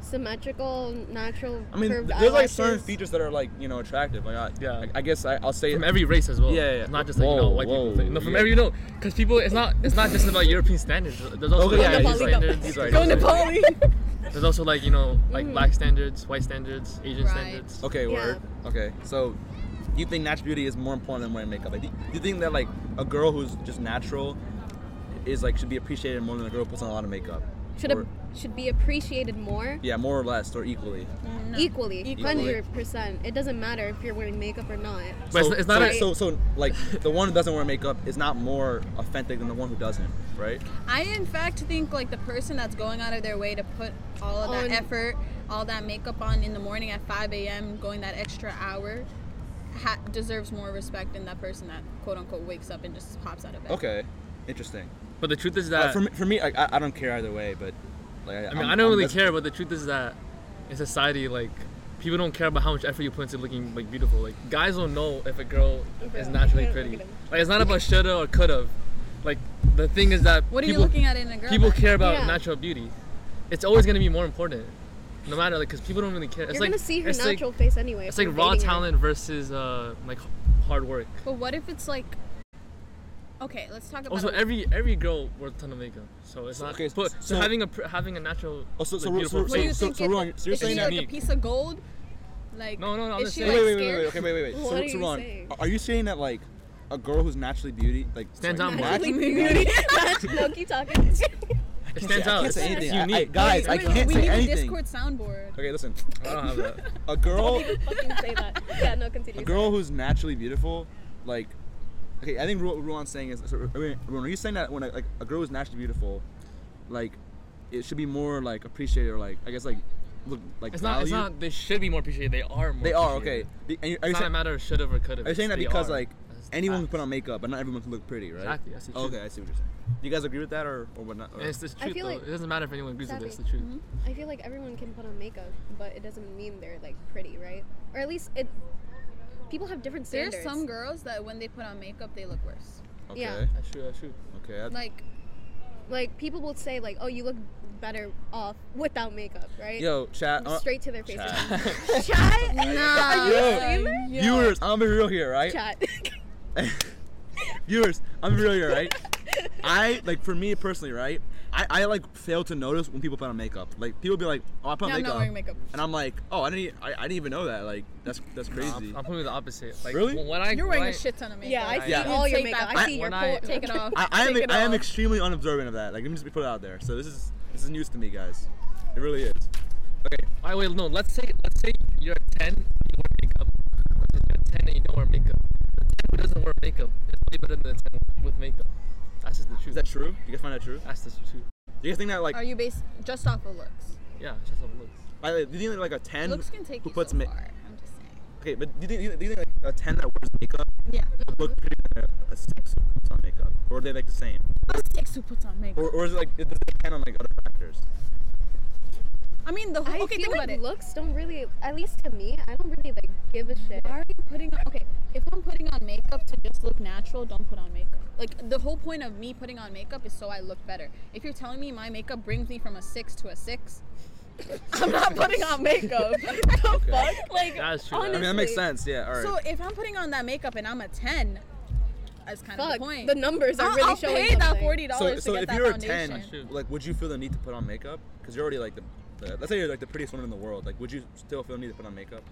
Speaker 4: Symmetrical, natural.
Speaker 1: I mean,
Speaker 4: curved
Speaker 1: there's like certain
Speaker 4: eyelashes.
Speaker 1: features that are like you know attractive. Like I,
Speaker 2: Yeah.
Speaker 1: I, I guess I, I'll say
Speaker 2: From every race as well.
Speaker 1: Yeah, yeah, yeah.
Speaker 2: It's not just like you know
Speaker 1: Whoa,
Speaker 2: white people.
Speaker 1: whoa,
Speaker 2: Thing. No, from
Speaker 1: yeah.
Speaker 2: every you know, because people, it's not, it's not just about European standards. There's also
Speaker 1: Okay, yeah,
Speaker 2: Asian
Speaker 1: he's right.
Speaker 2: standards.
Speaker 1: He's right.
Speaker 2: There's
Speaker 1: Go Mm.
Speaker 2: also-
Speaker 3: Nepali.
Speaker 2: There's also like you know, like black standards, white standards, Asian
Speaker 3: Right.
Speaker 2: standards.
Speaker 1: Okay,
Speaker 4: Yeah.
Speaker 1: word. Okay, so you think natural beauty is more important than wearing makeup? Like, do you, do you think that like a girl who's just natural is like should be appreciated more than a girl who puts on a lot of makeup?
Speaker 4: should
Speaker 1: Or-
Speaker 4: ap- should be appreciated more
Speaker 1: yeah, more or less or equally.
Speaker 4: equally,
Speaker 3: Equally.
Speaker 4: hundred percent. It doesn't matter if you're wearing makeup or not.
Speaker 2: But it's,
Speaker 1: so,
Speaker 2: it's not.
Speaker 1: so,
Speaker 2: a,
Speaker 1: so so like the one who doesn't wear makeup is not more authentic than the one who doesn't, right?
Speaker 3: I in fact think like the person that's going out of their way to put all of that
Speaker 4: On-
Speaker 3: effort, all that makeup on in the morning at 5 a.m., going that extra hour, ha- deserves more respect than that person that quote unquote wakes up and just pops out of bed.
Speaker 1: Okay, interesting.
Speaker 2: but the truth is
Speaker 1: Uh,
Speaker 2: that
Speaker 1: for me, for me like, I, I don't care either way, but like
Speaker 2: I mean,
Speaker 1: I'm-
Speaker 2: I don't
Speaker 1: I'm
Speaker 2: really
Speaker 1: just-
Speaker 2: care, but the truth is that in society, like, people don't care about how much effort you put into looking like beautiful. Like, guys don't know if a girl is naturally
Speaker 4: Look at
Speaker 2: pretty.
Speaker 4: him.
Speaker 2: Like, it's not about shoulda or coulda. Like, the thing is that
Speaker 3: What are
Speaker 2: people,
Speaker 3: you looking at in a girl?
Speaker 2: people
Speaker 3: then?
Speaker 2: care about
Speaker 4: Yeah.
Speaker 2: natural beauty. It's always gonna be more important, no matter like, cause people don't really care. It's
Speaker 4: you're
Speaker 2: like
Speaker 4: gonna see her
Speaker 2: it's
Speaker 4: natural
Speaker 2: Like,
Speaker 4: face anyway.
Speaker 2: it's
Speaker 4: if
Speaker 2: like
Speaker 4: you're
Speaker 2: raw
Speaker 4: dating her.
Speaker 2: talent versus uh like h- hard work.
Speaker 3: But what if it's like. Okay, let's talk about.
Speaker 2: Also,
Speaker 3: it.
Speaker 2: every every girl wears a ton of makeup, so it's not.
Speaker 1: okay,
Speaker 2: but, so,
Speaker 1: so-
Speaker 2: having a pr- having a natural
Speaker 1: Oh, so-
Speaker 2: like,
Speaker 1: so-
Speaker 2: beautiful
Speaker 3: What do you
Speaker 2: face.
Speaker 1: so-
Speaker 3: think?
Speaker 1: so
Speaker 3: it-
Speaker 1: Ruan, so you're
Speaker 3: is
Speaker 1: saying
Speaker 3: she
Speaker 1: that-
Speaker 3: like a piece of gold? Like
Speaker 2: No, no, no, I'm
Speaker 3: is
Speaker 2: just
Speaker 3: she,
Speaker 2: saying-
Speaker 3: like,
Speaker 1: wait, wait, wait, wait, wait,
Speaker 3: scared?
Speaker 1: okay, wait, wait, wait.
Speaker 4: What
Speaker 1: so,
Speaker 4: are
Speaker 1: so
Speaker 4: you
Speaker 1: Ron,
Speaker 4: saying?
Speaker 1: are you saying that like a girl who's naturally beauty, like
Speaker 2: Stands
Speaker 1: sorry,
Speaker 2: out more.
Speaker 1: natu-
Speaker 4: Naturally
Speaker 3: Beauty.
Speaker 4: no, keep talking.
Speaker 1: I
Speaker 2: It
Speaker 1: can't
Speaker 2: stands
Speaker 1: say- I
Speaker 2: out.
Speaker 1: can't say
Speaker 2: It's-
Speaker 1: anything.
Speaker 2: It's
Speaker 1: I- I-
Speaker 2: unique.
Speaker 1: guys, I
Speaker 3: Wait,
Speaker 1: can't
Speaker 3: we
Speaker 1: say
Speaker 3: need a
Speaker 1: anything.
Speaker 3: Discord soundboard.
Speaker 1: Okay, listen.
Speaker 2: I don't have that.
Speaker 1: A girl,
Speaker 4: Fucking say that. Yeah, no, continue.
Speaker 1: a girl who's naturally beautiful, like, okay, I think Ru- Ruan's saying is, so, I mean, Ruan, are you saying that when a, like a girl is naturally beautiful, like, it should be more like appreciated or like, I guess like, look like
Speaker 2: It's not. It's
Speaker 1: valued?
Speaker 2: not. They should be more appreciated. They are more.
Speaker 1: They are okay.
Speaker 2: appreciated.
Speaker 1: The- And you- are
Speaker 2: It's
Speaker 1: you
Speaker 2: not a
Speaker 1: saying,
Speaker 2: matter of should have or could have.
Speaker 1: are you saying that
Speaker 2: They
Speaker 1: because
Speaker 2: are.
Speaker 1: like
Speaker 2: That's
Speaker 1: anyone can
Speaker 2: facts.
Speaker 1: put on makeup, but not everyone can look pretty, right?
Speaker 2: Exactly, that's the truth.
Speaker 1: Okay, I see what you're saying. Do you guys agree with that or or what not?
Speaker 2: And it's the truth.
Speaker 4: I feel
Speaker 2: though.
Speaker 4: like- Mm-hmm.
Speaker 2: it doesn't matter if anyone agrees with it. It's the
Speaker 4: Exactly.
Speaker 2: truth.
Speaker 4: I feel like everyone can put on makeup, but it doesn't mean they're like pretty, right? Or at least it. People have different standards.
Speaker 3: There's some girls that when they put on makeup, they look worse.
Speaker 1: Okay.
Speaker 4: Yeah.
Speaker 2: That's true. That's true.
Speaker 1: Okay. I-
Speaker 3: Like
Speaker 4: like people will say like, "Oh, you look better off without makeup," right?
Speaker 1: Yo, chat. uh,
Speaker 4: Straight to their faces.
Speaker 1: chat.
Speaker 4: Chat.
Speaker 3: Nah.
Speaker 4: Are you
Speaker 1: Yo.
Speaker 4: a streamer?
Speaker 1: Viewers, I'm gonna be real here, right?
Speaker 4: Chat.
Speaker 1: Viewers, I'm gonna be real here, right? I like for me personally, right? I, I like fail to notice when people put on makeup. Like people be like, oh, I put on
Speaker 3: Yeah, I'm
Speaker 1: makeup.
Speaker 3: not wearing makeup.
Speaker 1: And I'm like, oh, I didn't, e- I, I didn't even know that. Like that's that's crazy.
Speaker 2: I'm, I'm probably the opposite. Like,
Speaker 1: Really?
Speaker 2: When I,
Speaker 3: You're wearing
Speaker 2: when
Speaker 3: a shit ton of makeup.
Speaker 4: yeah, I see
Speaker 1: Yeah.
Speaker 4: all your
Speaker 3: Take
Speaker 4: makeup.
Speaker 3: that
Speaker 4: I
Speaker 2: back
Speaker 4: see your
Speaker 2: when I-
Speaker 4: pull.
Speaker 3: Take it off.
Speaker 1: I, I am
Speaker 3: Take it
Speaker 1: I am
Speaker 3: off.
Speaker 1: extremely unobservant of that. Like let me just put it out there. So this is this is news to me, guys. It really is.
Speaker 2: I, I wait. No. Let's say. Let's say you're a ten. You wear makeup. Let's say you're a ten and you don't wear makeup. The ten who doesn't wear makeup is way better than the ten with makeup. That's just the truth.
Speaker 1: Is that true? Do you guys find that true?
Speaker 2: That's the truth.
Speaker 1: Do you guys think that like
Speaker 3: Are you based just off of looks?
Speaker 2: Yeah, it's just how it looks.
Speaker 1: by the- do you think like a ten
Speaker 3: Looks can take
Speaker 1: who
Speaker 3: you
Speaker 1: puts
Speaker 3: so
Speaker 1: ma-
Speaker 3: far. I'm just saying.
Speaker 1: okay, but do you think do you think like a ten that wears makeup
Speaker 3: Yeah.
Speaker 1: would look pretty than a- a six who puts on makeup, or are they like the same,
Speaker 3: A six who puts on makeup.
Speaker 1: or, or is it like it does it depend on like other factors?
Speaker 3: I mean, the
Speaker 4: I
Speaker 3: whole, okay.
Speaker 4: feel
Speaker 3: Think
Speaker 4: like
Speaker 3: about it.
Speaker 4: looks don't really, at least to me, I don't really like give a shit.
Speaker 3: Why are you putting on? Okay, if I'm putting on makeup to just look natural, don't put on makeup. Like the whole point of me putting on makeup is so I look better. If you're telling me my makeup brings me from a six to a six, I'm not putting on makeup. the fuck? Like
Speaker 2: That's true.
Speaker 1: I mean that makes
Speaker 4: Honestly.
Speaker 1: sense. Yeah. All right.
Speaker 3: So if I'm putting on that makeup and I'm a ten, that's kind of the
Speaker 4: Fuck,
Speaker 3: point.
Speaker 4: the numbers are
Speaker 3: I'll,
Speaker 4: really
Speaker 3: I'll
Speaker 4: showing
Speaker 3: pay that
Speaker 4: something.
Speaker 3: forty
Speaker 1: so,
Speaker 3: dollars
Speaker 1: so
Speaker 3: to get
Speaker 1: if
Speaker 3: that
Speaker 1: you're a
Speaker 3: foundation.
Speaker 1: 10
Speaker 2: Shoot.
Speaker 1: like would you feel the need to put on makeup because you're already like the, the let's say you're like the prettiest woman in the world like would you still feel the need to put on makeup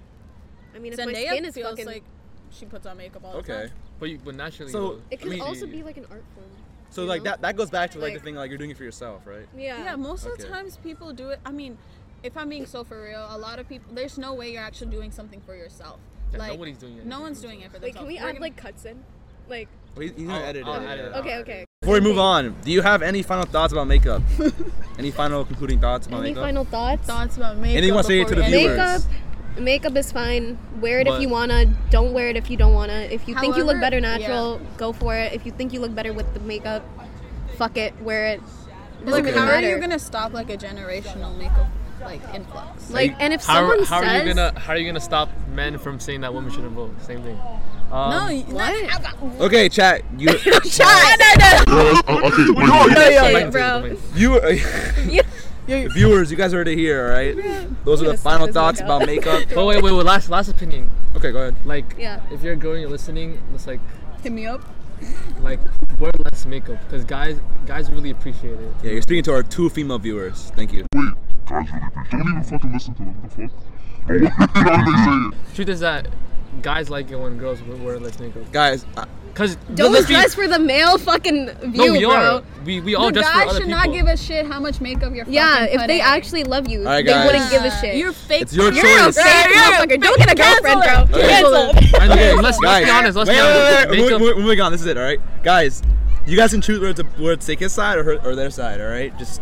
Speaker 4: I mean, if my skin
Speaker 3: Zendaya
Speaker 4: is
Speaker 3: feels
Speaker 4: fucking,
Speaker 3: like she puts on makeup all the
Speaker 1: okay
Speaker 3: time.
Speaker 2: But you, but naturally.
Speaker 1: So-
Speaker 2: though,
Speaker 4: it
Speaker 1: I
Speaker 4: could
Speaker 1: mean-
Speaker 4: also be like an art form.
Speaker 1: so
Speaker 4: you
Speaker 1: like
Speaker 4: know?
Speaker 1: that that goes back to like,
Speaker 4: Like-
Speaker 1: the thing like you're doing it for yourself right
Speaker 4: Yeah.
Speaker 3: Yeah, most of the
Speaker 1: Okay.
Speaker 3: times people do it. I mean, if I'm being so for real, a lot of people. There's no way you're actually doing something for yourself.
Speaker 2: Yeah,
Speaker 3: like
Speaker 2: nobody's doing it
Speaker 3: No
Speaker 2: for
Speaker 3: one's doing it for
Speaker 4: Wait,
Speaker 3: themselves.
Speaker 4: can we
Speaker 3: We're
Speaker 4: add
Speaker 3: gonna-
Speaker 4: like cuts in? Like,
Speaker 1: well, he's gonna
Speaker 2: I'll-
Speaker 1: edit
Speaker 2: I'll
Speaker 1: it
Speaker 2: edit it.
Speaker 1: yeah.
Speaker 4: okay,
Speaker 2: alright.
Speaker 4: okay.
Speaker 1: before we move on do you have any final thoughts about makeup any final concluding thoughts about
Speaker 4: Any
Speaker 1: makeup
Speaker 4: final thoughts?
Speaker 3: thoughts about makeup?
Speaker 1: Anything wanna say it
Speaker 3: before
Speaker 1: to
Speaker 3: we
Speaker 1: the
Speaker 3: end?
Speaker 1: viewers?
Speaker 4: Makeup, makeup is fine. Wear it
Speaker 2: But-
Speaker 4: if you wanna. Don't wear it if you don't wanna. If you think you look
Speaker 3: However,
Speaker 4: better natural, go for it. If you think you look better with the makeup, fuck it. Wear it. Doesn't
Speaker 3: Like,
Speaker 4: really
Speaker 3: how are
Speaker 4: matter.
Speaker 3: you gonna stop like a generational makeup like influx?
Speaker 4: like,
Speaker 2: Like,
Speaker 4: and if
Speaker 2: how,
Speaker 4: someone
Speaker 2: how
Speaker 4: says,
Speaker 2: are you gonna how are you gonna stop men from saying that women shouldn't vote? Same thing. Um,
Speaker 3: No, you-
Speaker 4: what?
Speaker 3: Not, I got-
Speaker 1: okay chat you
Speaker 2: back to
Speaker 4: shit,
Speaker 2: the
Speaker 4: bro.
Speaker 2: domain.
Speaker 1: you viewers you guys heard it here all right those are the
Speaker 4: Yes,
Speaker 1: final
Speaker 4: there's
Speaker 1: thoughts
Speaker 4: makeup.
Speaker 1: about makeup
Speaker 2: But wait, wait, wait. Last last opinion.
Speaker 1: okay go ahead
Speaker 2: Like,
Speaker 4: Yeah.
Speaker 2: if you're a girl and you're listening, it's like
Speaker 3: Hit me up.
Speaker 2: like wear less makeup because guys guys really appreciate it.
Speaker 1: yeah you're speaking to our two female viewers thank you
Speaker 5: Wait, guys really appreciate Don't even fucking listen to them. What the fuck? No, what they saying?
Speaker 2: Truth is that guys like it when girls wear- wear less makeup.
Speaker 1: guys I-
Speaker 2: Cause
Speaker 4: Don't
Speaker 2: let's be-
Speaker 4: dress for the male fucking view,
Speaker 2: no, we are.
Speaker 4: bro.
Speaker 2: We, we all
Speaker 1: Oh,
Speaker 3: the
Speaker 2: dress
Speaker 3: guy
Speaker 2: for other
Speaker 3: should
Speaker 2: people.
Speaker 3: not give a shit how much makeup you're.
Speaker 4: Yeah,
Speaker 3: fucking
Speaker 4: if they
Speaker 3: putting.
Speaker 4: actually love you,
Speaker 1: Alright,
Speaker 4: they
Speaker 1: guys.
Speaker 4: wouldn't give a
Speaker 3: Yeah.
Speaker 4: shit.
Speaker 3: You're fake.
Speaker 1: It's your
Speaker 4: You're a
Speaker 1: choice.
Speaker 4: fake motherfucker. Don't get a girlfriend, bro.
Speaker 1: Okay.
Speaker 4: Cancel.
Speaker 2: And okay, let's, let's
Speaker 1: guys,
Speaker 2: be honest. Let's
Speaker 1: wait,
Speaker 2: be honest.
Speaker 1: wait, wait, wait,
Speaker 2: Makeup-
Speaker 1: We're, we're moving on. This is it. All right, guys. You guys can choose where to where to take his side or her, or their side. All right, just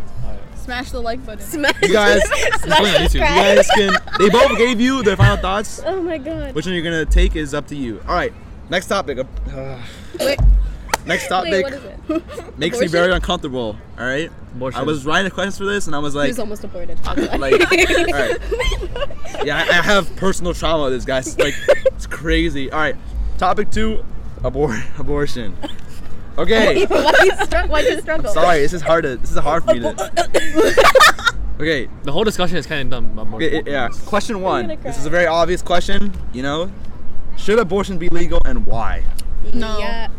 Speaker 3: Smash the like button.
Speaker 4: Smash.
Speaker 1: you guys.
Speaker 4: Smash
Speaker 1: you guys
Speaker 4: subscribe.
Speaker 1: can. They both gave you their final thoughts.
Speaker 4: Oh my god.
Speaker 1: Which one you're gonna take is up to you. All right. Next topic. Uh,
Speaker 4: Wait.
Speaker 1: next
Speaker 4: Wait,
Speaker 1: topic
Speaker 4: what is it?
Speaker 1: makes me
Speaker 4: Abortion?
Speaker 1: very uncomfortable. All right.
Speaker 2: Abortion.
Speaker 1: I was writing questions for this, and I was
Speaker 4: He
Speaker 1: like,
Speaker 4: was almost aborted.
Speaker 1: like, all right. Yeah, I, I have personal trauma with this, guys. It's like, it's crazy. All right. Topic two, abor- abortion. Okay.
Speaker 4: why you str- why you struggle?
Speaker 1: Sorry, this is hard to. This is hard for me to. Okay,
Speaker 2: the whole discussion is kind of dumb. About
Speaker 1: okay,
Speaker 2: abortion.
Speaker 1: it- yeah. Question one.
Speaker 4: gonna
Speaker 1: This is a very obvious question. You know, should abortion be legal and why?
Speaker 3: No.
Speaker 4: Yeah.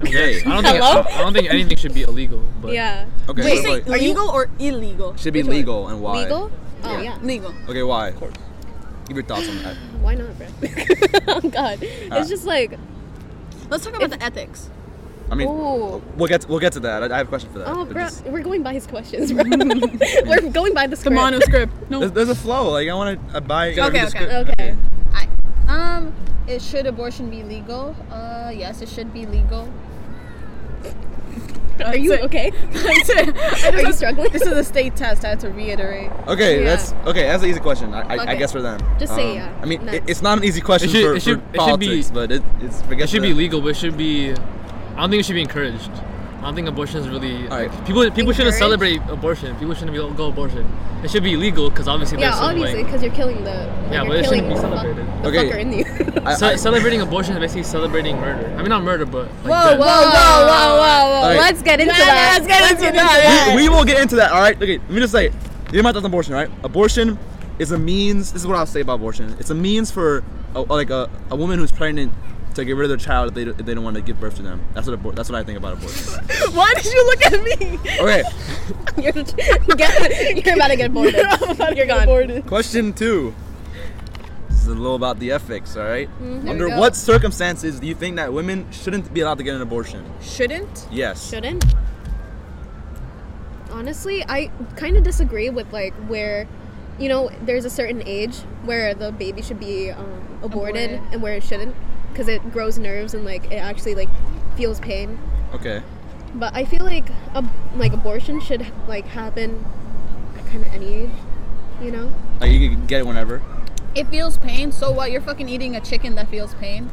Speaker 1: Okay.
Speaker 2: I don't think
Speaker 4: Hello?
Speaker 2: I don't think anything should be illegal. But
Speaker 4: Yeah.
Speaker 1: Okay.
Speaker 4: Wait,
Speaker 1: so, like,
Speaker 4: are you-
Speaker 3: Legal or illegal?
Speaker 1: should be
Speaker 4: which one?
Speaker 1: legal and why?
Speaker 4: Legal? Oh yeah.
Speaker 3: Yeah. Legal.
Speaker 1: Okay, why? Give your thoughts on that.
Speaker 4: Why not, bro? oh god.
Speaker 1: Ah.
Speaker 4: It's just like,
Speaker 3: Let's talk about the ethics.
Speaker 1: I mean,
Speaker 4: Ooh.
Speaker 1: we'll get we'll get to that. I, I have a question for that.
Speaker 4: oh
Speaker 1: but
Speaker 4: bro,
Speaker 1: Uh, just-
Speaker 4: we're going by his questions, bro. we're going by the script.
Speaker 3: The monoscript. No.
Speaker 1: there's, there's a flow. Like I want to buy.
Speaker 3: Okay, okay.
Speaker 4: Okay.
Speaker 3: I, um, it should abortion be legal? Uh, yes, it should be legal.
Speaker 4: Are you
Speaker 3: That's it.
Speaker 4: okay?
Speaker 3: That's it. I
Speaker 4: Are you
Speaker 3: just-
Speaker 4: struggling?
Speaker 3: This is a state test. I had to reiterate.
Speaker 1: Okay,
Speaker 4: Yeah.
Speaker 1: that's okay. That's an easy question. I, I, I
Speaker 4: Okay.
Speaker 1: guess for them. Um,
Speaker 4: Just say yeah.
Speaker 1: I mean, it,
Speaker 4: Next.
Speaker 1: it's not an easy question
Speaker 2: It should-
Speaker 1: for,
Speaker 2: it should-
Speaker 1: for
Speaker 2: it should be-
Speaker 1: politics, but it, it's forget
Speaker 2: It should
Speaker 1: the-
Speaker 2: be legal, but it should be. I don't think it should be encouraged. I don't think abortion is really.
Speaker 1: Alright.
Speaker 2: like, people people shouldn't
Speaker 4: Encouraged?
Speaker 2: celebrate abortion. People shouldn't be go abortion. It should be legal because obviously
Speaker 4: yeah,
Speaker 2: there's some,
Speaker 4: obviously,
Speaker 2: like,
Speaker 4: because you're killing the.
Speaker 2: Yeah,
Speaker 4: you're
Speaker 2: but it
Speaker 4: killing
Speaker 2: shouldn't be
Speaker 4: the fuck-
Speaker 2: celebrated.
Speaker 4: The
Speaker 1: Okay.
Speaker 4: fucker in you.
Speaker 1: I-
Speaker 2: ce-
Speaker 1: I-
Speaker 2: celebrating abortion is basically celebrating murder. I mean not murder, but like death.
Speaker 4: whoa,
Speaker 1: Alright.
Speaker 4: Let's get into that. Let's get into
Speaker 1: we, we will get into that. All right. Okay. Let me just say, you my thoughts on abortion. All right. Abortion is a means. This is what I'll say about abortion. It's a means for a, like a, a woman who's pregnant to get rid of their child if they, if they don't want to give birth to them. That's what abor- that's what I think about abortion.
Speaker 4: Why did you look at me?
Speaker 1: Okay.
Speaker 4: You're, get, you're about to get bored. You're gone.
Speaker 1: Question two. This is a little about the ethics. All right?
Speaker 4: Mm-hmm. we
Speaker 1: Under
Speaker 4: go.
Speaker 1: what circumstances do you think that women shouldn't be allowed to get an abortion?
Speaker 3: Shouldn't?
Speaker 1: Yes.
Speaker 4: Shouldn't. Honestly, I kind of disagree with like where, you know, there's a certain age where the baby should be um, aborted,
Speaker 3: Aborted.
Speaker 4: and where it shouldn't, because it grows nerves and like it actually like feels pain.
Speaker 1: Okay.
Speaker 4: But I feel like ab- like abortion should like happen at kind of any age, you know?
Speaker 1: Like you can get it whenever.
Speaker 3: It feels pain. So what? You're fucking eating a chicken that feels pain.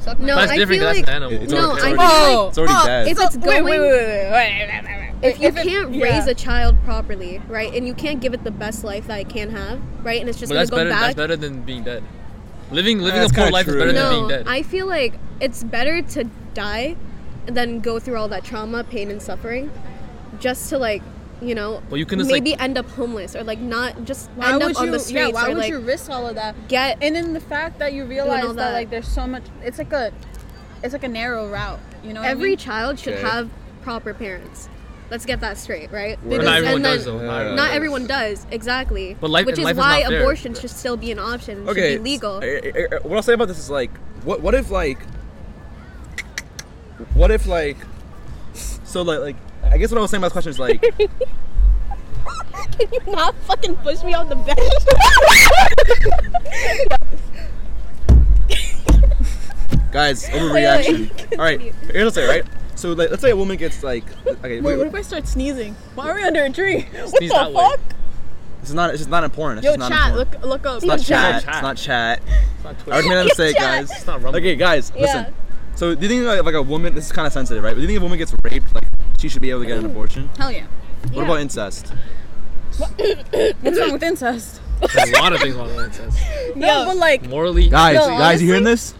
Speaker 3: Suck my
Speaker 4: No,
Speaker 2: That's
Speaker 4: I
Speaker 2: different. 'cause
Speaker 4: feel
Speaker 2: That's an
Speaker 1: like-
Speaker 2: animal.
Speaker 1: It's
Speaker 4: no,
Speaker 1: already-
Speaker 4: I
Speaker 1: it's
Speaker 4: feel
Speaker 1: already-
Speaker 4: like
Speaker 1: It's already
Speaker 3: oh,
Speaker 1: dead.
Speaker 4: if it's
Speaker 3: wait,
Speaker 4: going,
Speaker 3: wait, wait, wait, wait, wait, wait.
Speaker 4: if you
Speaker 3: it-
Speaker 4: can't
Speaker 3: yeah.
Speaker 4: raise a child properly, right, and you can't give it the best life that it can have, right, and it's just
Speaker 2: but
Speaker 4: gonna
Speaker 2: that's
Speaker 4: go
Speaker 2: better. That's
Speaker 4: back.
Speaker 2: better than being dead. Living living
Speaker 1: That's
Speaker 2: a poor
Speaker 1: kinda
Speaker 2: life
Speaker 1: true,
Speaker 2: is better
Speaker 1: yeah.
Speaker 2: than being
Speaker 4: no,
Speaker 2: dead.
Speaker 4: I feel like it's better to die than go through all that trauma, pain, and suffering, just to like, you know,
Speaker 2: Well, you can just, like-
Speaker 4: maybe end up homeless or like not just
Speaker 3: Why
Speaker 4: end
Speaker 3: would
Speaker 4: up
Speaker 3: you?
Speaker 4: on the
Speaker 3: yeah.
Speaker 4: streets
Speaker 3: Why
Speaker 4: or
Speaker 3: would
Speaker 4: like
Speaker 3: you risk all of that?
Speaker 4: get
Speaker 3: And then the fact that you realize that.
Speaker 4: all that.
Speaker 3: like there's so much. It's like a, it's like a narrow route. You know. what I
Speaker 4: every
Speaker 3: mean?
Speaker 4: child should
Speaker 1: Okay.
Speaker 4: have proper parents. Let's get that straight, right?
Speaker 1: Word.
Speaker 2: But
Speaker 1: Because-
Speaker 2: not
Speaker 1: and
Speaker 2: everyone
Speaker 4: then-
Speaker 2: does though.
Speaker 1: Yeah.
Speaker 2: everyone
Speaker 4: Not
Speaker 2: does.
Speaker 4: everyone does exactly,
Speaker 2: But life-
Speaker 4: which
Speaker 2: life is
Speaker 4: why
Speaker 2: not fair.
Speaker 4: abortion should still be an option. It
Speaker 1: okay.
Speaker 4: should be legal.
Speaker 1: s- I- I- I- what I'll say about this is like, what what if like, what if like, so like like I guess what I was saying about this question is like,
Speaker 4: Can you not fucking push me on the bench?
Speaker 1: guys,
Speaker 4: wait,
Speaker 1: overreaction. All right, here's what I'll say, right? So like, let's say a woman gets like, okay,
Speaker 3: Wait,
Speaker 1: wait,
Speaker 3: what if I start sneezing? Why are we under a tree? What
Speaker 2: Sneeze
Speaker 3: the
Speaker 2: that way.
Speaker 3: fuck?
Speaker 1: this is not it's just not important. It's
Speaker 3: Yo,
Speaker 1: just not
Speaker 3: chat,
Speaker 1: important.
Speaker 3: look, look up.
Speaker 1: It's not chat.
Speaker 2: chat.
Speaker 1: It's not chat.
Speaker 2: It's not
Speaker 1: I already
Speaker 2: Twitter.
Speaker 1: made a mistake,
Speaker 3: chat.
Speaker 1: guys.
Speaker 2: It's not Rumble.
Speaker 1: Okay, guys,
Speaker 4: Yeah.
Speaker 1: listen. So do you think like, like a woman? This is kind of sensitive, right? But do you think if a woman gets raped, like she should be able to get an abortion?
Speaker 3: Hell yeah.
Speaker 1: What about incest?
Speaker 3: What's wrong with incest?
Speaker 2: There's a lot of things wrong with incest.
Speaker 3: No, but like,
Speaker 2: Morally,
Speaker 1: Guys,
Speaker 3: No,
Speaker 1: guys, you hearing this?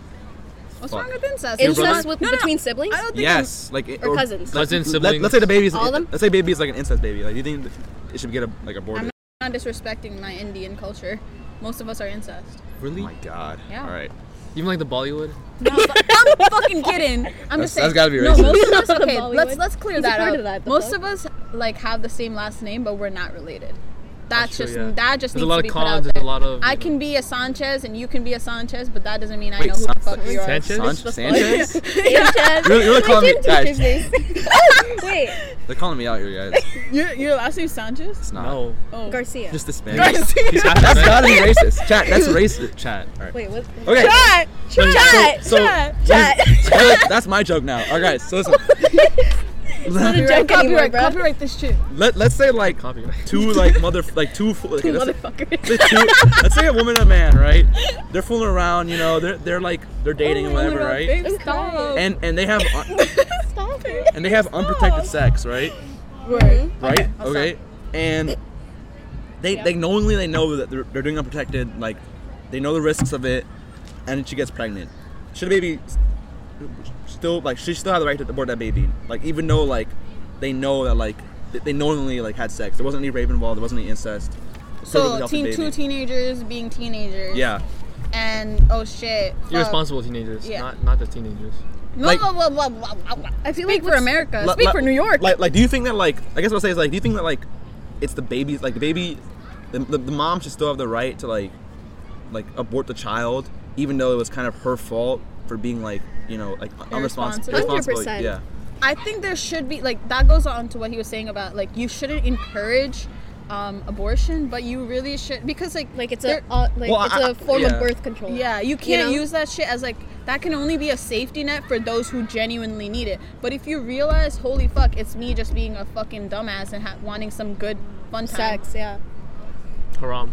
Speaker 3: what's
Speaker 1: Fuck.
Speaker 3: wrong with incest?
Speaker 4: Incest
Speaker 2: brother-
Speaker 4: with,
Speaker 3: No, no, no.
Speaker 4: between siblings
Speaker 3: I don't think
Speaker 1: Yes, like it-
Speaker 4: or cousins?
Speaker 2: cousins,
Speaker 1: Let,
Speaker 2: siblings.
Speaker 1: let's say the baby's
Speaker 4: All of them?
Speaker 1: Let's say baby is like an incest baby. Like, do you think that it should get a, like aborted?
Speaker 3: I'm not disrespecting my Indian culture. Most of us are incest.
Speaker 1: Oh
Speaker 2: really,
Speaker 1: my god.
Speaker 3: Yeah.
Speaker 1: All right.
Speaker 2: even like the Bollywood.
Speaker 3: No, I'm fucking kidding.
Speaker 1: That's-
Speaker 3: I'm just saying.
Speaker 1: that's gotta be
Speaker 3: no,
Speaker 1: racist.
Speaker 3: most of us.
Speaker 4: Not the
Speaker 3: Okay, let's
Speaker 4: Bollywood.
Speaker 3: let's clear
Speaker 4: He's a
Speaker 3: that
Speaker 4: part
Speaker 3: up.
Speaker 4: of that, the
Speaker 3: most
Speaker 4: fuck?
Speaker 3: of us like have the same last name, but we're not related.
Speaker 2: That's
Speaker 3: That's,
Speaker 2: true,
Speaker 3: just
Speaker 2: yeah.
Speaker 3: that just
Speaker 2: There's a
Speaker 3: needs
Speaker 2: lot
Speaker 3: to
Speaker 2: of
Speaker 3: be
Speaker 2: cons,
Speaker 3: put out
Speaker 2: there's a
Speaker 3: there.
Speaker 2: lot of,
Speaker 3: I
Speaker 2: you know-
Speaker 3: can be a Sanchez and you can be a Sanchez, but that doesn't mean I
Speaker 1: Wait,
Speaker 3: know who the
Speaker 1: Sanchez?
Speaker 3: fuck you are.
Speaker 2: Sanchez?
Speaker 1: San- Sanchez?
Speaker 4: Sanchez.
Speaker 1: You're- you're calling me- guys.
Speaker 4: Wait,
Speaker 1: They're calling me out here, guys.
Speaker 3: Your, your last name's Sanchez?
Speaker 1: It's not.
Speaker 2: No,
Speaker 3: Oh,
Speaker 4: Garcia.
Speaker 1: Just this man.
Speaker 3: Garcia.
Speaker 2: he's half
Speaker 1: That's
Speaker 2: Hispanic.
Speaker 1: gotta be racist. Chat. That's racist. Chat. All right.
Speaker 4: Wait, what?
Speaker 1: Okay.
Speaker 3: Chat,
Speaker 1: so-
Speaker 3: chat,
Speaker 1: so-
Speaker 3: chat,
Speaker 1: Chat.
Speaker 3: chat.
Speaker 1: That's my joke now. All right, guys. So listen.
Speaker 4: not
Speaker 1: Let,
Speaker 4: a joke anymore,
Speaker 3: Copyright,
Speaker 4: bro.
Speaker 3: copyright this shit.
Speaker 1: us say like
Speaker 2: Copyright.
Speaker 1: two like mother like two fo- okay, let's say-
Speaker 3: Motherfucker.
Speaker 1: the two, let's say a woman and a man, right? They're fooling around, you know. They're they're like they're dating and
Speaker 3: Oh
Speaker 1: whatever, right?
Speaker 4: I'm crying.
Speaker 3: Stop.
Speaker 1: And and they have un-
Speaker 4: Stop it.
Speaker 1: and they have unprotected sex, right?
Speaker 3: Word.
Speaker 1: Right? Okay.
Speaker 3: I'll
Speaker 1: And they they knowingly they know that they're, they're doing unprotected, like they know the risks of it, and she gets pregnant. Should the baby s- still like she still had the right to abort that baby, like even though like they know that like th- they knowingly like had sex. There wasn't any rape involved. There wasn't any incest. Perfectly
Speaker 3: So,
Speaker 1: healthy
Speaker 3: teen, two
Speaker 1: baby.
Speaker 3: teenagers being teenagers.
Speaker 1: Yeah.
Speaker 3: And oh shit. fuck.
Speaker 2: irresponsible teenagers,
Speaker 3: Yeah.
Speaker 2: not not just teenagers.
Speaker 3: No,
Speaker 1: Like-
Speaker 3: blah, blah, blah, blah, blah, blah.
Speaker 4: I feel
Speaker 3: Speak
Speaker 4: like
Speaker 3: for America.
Speaker 1: Li-
Speaker 3: Speak
Speaker 1: li-
Speaker 3: for New York.
Speaker 1: Like, like, do you think that like I guess what I'll say is like, do you think that like it's the baby's like the baby, the, the, the mom should still have the right to like, like abort the child, even though it was kind of her fault for being like you know like unresponsible.
Speaker 3: Irresponsible.
Speaker 1: irresponsible
Speaker 4: 100%.
Speaker 1: yeah.
Speaker 3: I think there should be like that goes on to what he was saying about like you shouldn't encourage um, abortion, but you really should because like
Speaker 4: Like it's
Speaker 3: there-
Speaker 4: a uh, like
Speaker 1: Well,
Speaker 4: it's
Speaker 1: I-
Speaker 4: a form
Speaker 1: yeah.
Speaker 4: of birth control.
Speaker 3: yeah you can't
Speaker 4: know?
Speaker 3: use that shit as like that can only be a safety net for those who genuinely need it. But if you realize, holy fuck, it's me just being a fucking dumbass and ha- wanting some good fun time.
Speaker 4: Sex. Yeah.
Speaker 2: Haram.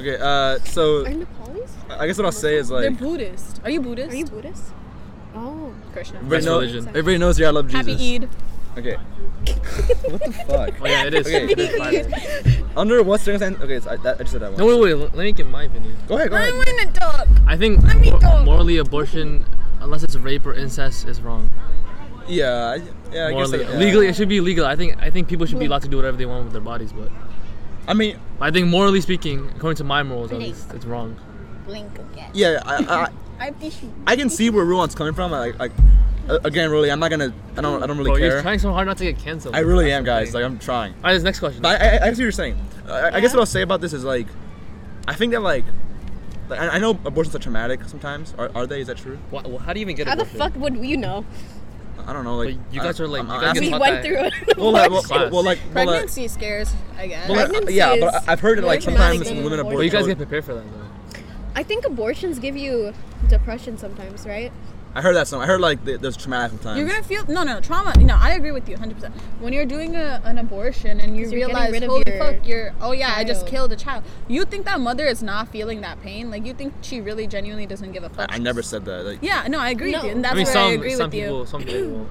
Speaker 1: Okay. Uh. So
Speaker 4: Are Nepalis?
Speaker 1: I guess what I'll say is
Speaker 3: They're
Speaker 1: like.
Speaker 3: Buddhist. Are you Buddhist?
Speaker 4: Are you Buddhist? Oh.
Speaker 3: Krishna?
Speaker 1: Everybody,
Speaker 2: That's
Speaker 1: know,
Speaker 2: religion.
Speaker 1: everybody knows you. I love Jesus.
Speaker 3: Happy Eid.
Speaker 1: Okay. what the fuck?
Speaker 2: Oh yeah, it is.
Speaker 1: Okay.
Speaker 2: It is Friday.
Speaker 1: Under what circumstances? Okay, so I, that, I just said that one.
Speaker 2: no, wait, wait. Let let me give my opinion.
Speaker 1: Go ahead. Go
Speaker 3: I
Speaker 1: ahead.
Speaker 3: want to talk.
Speaker 2: I think
Speaker 3: Let me
Speaker 2: mor-
Speaker 3: go.
Speaker 2: morally abortion, unless it's rape or incest, is wrong.
Speaker 1: Yeah. I- Yeah. I guess
Speaker 2: Morally,
Speaker 1: that- yeah.
Speaker 2: legally, it should be legal. I think I think people should be allowed to do whatever they want with their bodies, but
Speaker 1: I mean,
Speaker 2: I think morally speaking, according to my morals, at least, it's wrong.
Speaker 3: Blink again.
Speaker 1: yeah. I, I,
Speaker 3: I have tissue.
Speaker 1: I can see where Ruan's coming from. Like, like uh, again, really, I'm not gonna. I don't. I don't really
Speaker 2: Bro, you're
Speaker 1: care.
Speaker 2: trying so hard not to get canceled.
Speaker 1: I really am, guys. Like, I'm trying.
Speaker 2: All right, this next question.
Speaker 1: But I, I, I see what you're saying. I, I guess what I'll say about this is like, I think that like, like I, I know abortions are traumatic sometimes. Are, are they? Is that true?
Speaker 2: Wha- wha- how do you even get
Speaker 4: How the
Speaker 2: abortion?
Speaker 4: fuck would you know?
Speaker 1: I don't know. Like,
Speaker 2: But you
Speaker 1: I-
Speaker 2: guys are like,
Speaker 1: I'm-
Speaker 2: you
Speaker 1: I'm
Speaker 2: guys
Speaker 1: asking-
Speaker 2: get
Speaker 4: We
Speaker 2: taught
Speaker 4: went
Speaker 2: that-
Speaker 4: through it.
Speaker 1: well, like, well,
Speaker 2: class.
Speaker 1: well, like, well, like,
Speaker 3: Pregnancy scares, I guess.
Speaker 1: well, like, uh,
Speaker 4: Pregnancy
Speaker 1: yeah,
Speaker 4: is
Speaker 1: but I've heard it like
Speaker 4: really
Speaker 1: sometimes
Speaker 4: traumatic
Speaker 1: women
Speaker 4: than
Speaker 1: abort.
Speaker 2: But you guys
Speaker 1: children.
Speaker 2: get prepared for that though.
Speaker 4: I think abortions give you depression sometimes, right?
Speaker 1: I heard that song. I heard like th- there's traumatic sometimes.
Speaker 3: You're gonna feel no, no trauma. No, I agree with you 100. percent When you're doing a, an abortion and you
Speaker 4: 'Cause you're getting
Speaker 3: realize,
Speaker 4: rid of
Speaker 3: holy
Speaker 4: your
Speaker 3: fuck, you're oh yeah, I just
Speaker 4: child."
Speaker 3: killed a child. You think that mother is not feeling that pain? Like you think she really genuinely doesn't give a fuck?
Speaker 1: I, I never said that. Like,
Speaker 3: Yeah, no, I agree with
Speaker 4: No.
Speaker 3: you, and that's
Speaker 2: I mean,
Speaker 3: where
Speaker 2: some
Speaker 3: I agree
Speaker 2: some
Speaker 3: with you.
Speaker 2: people some people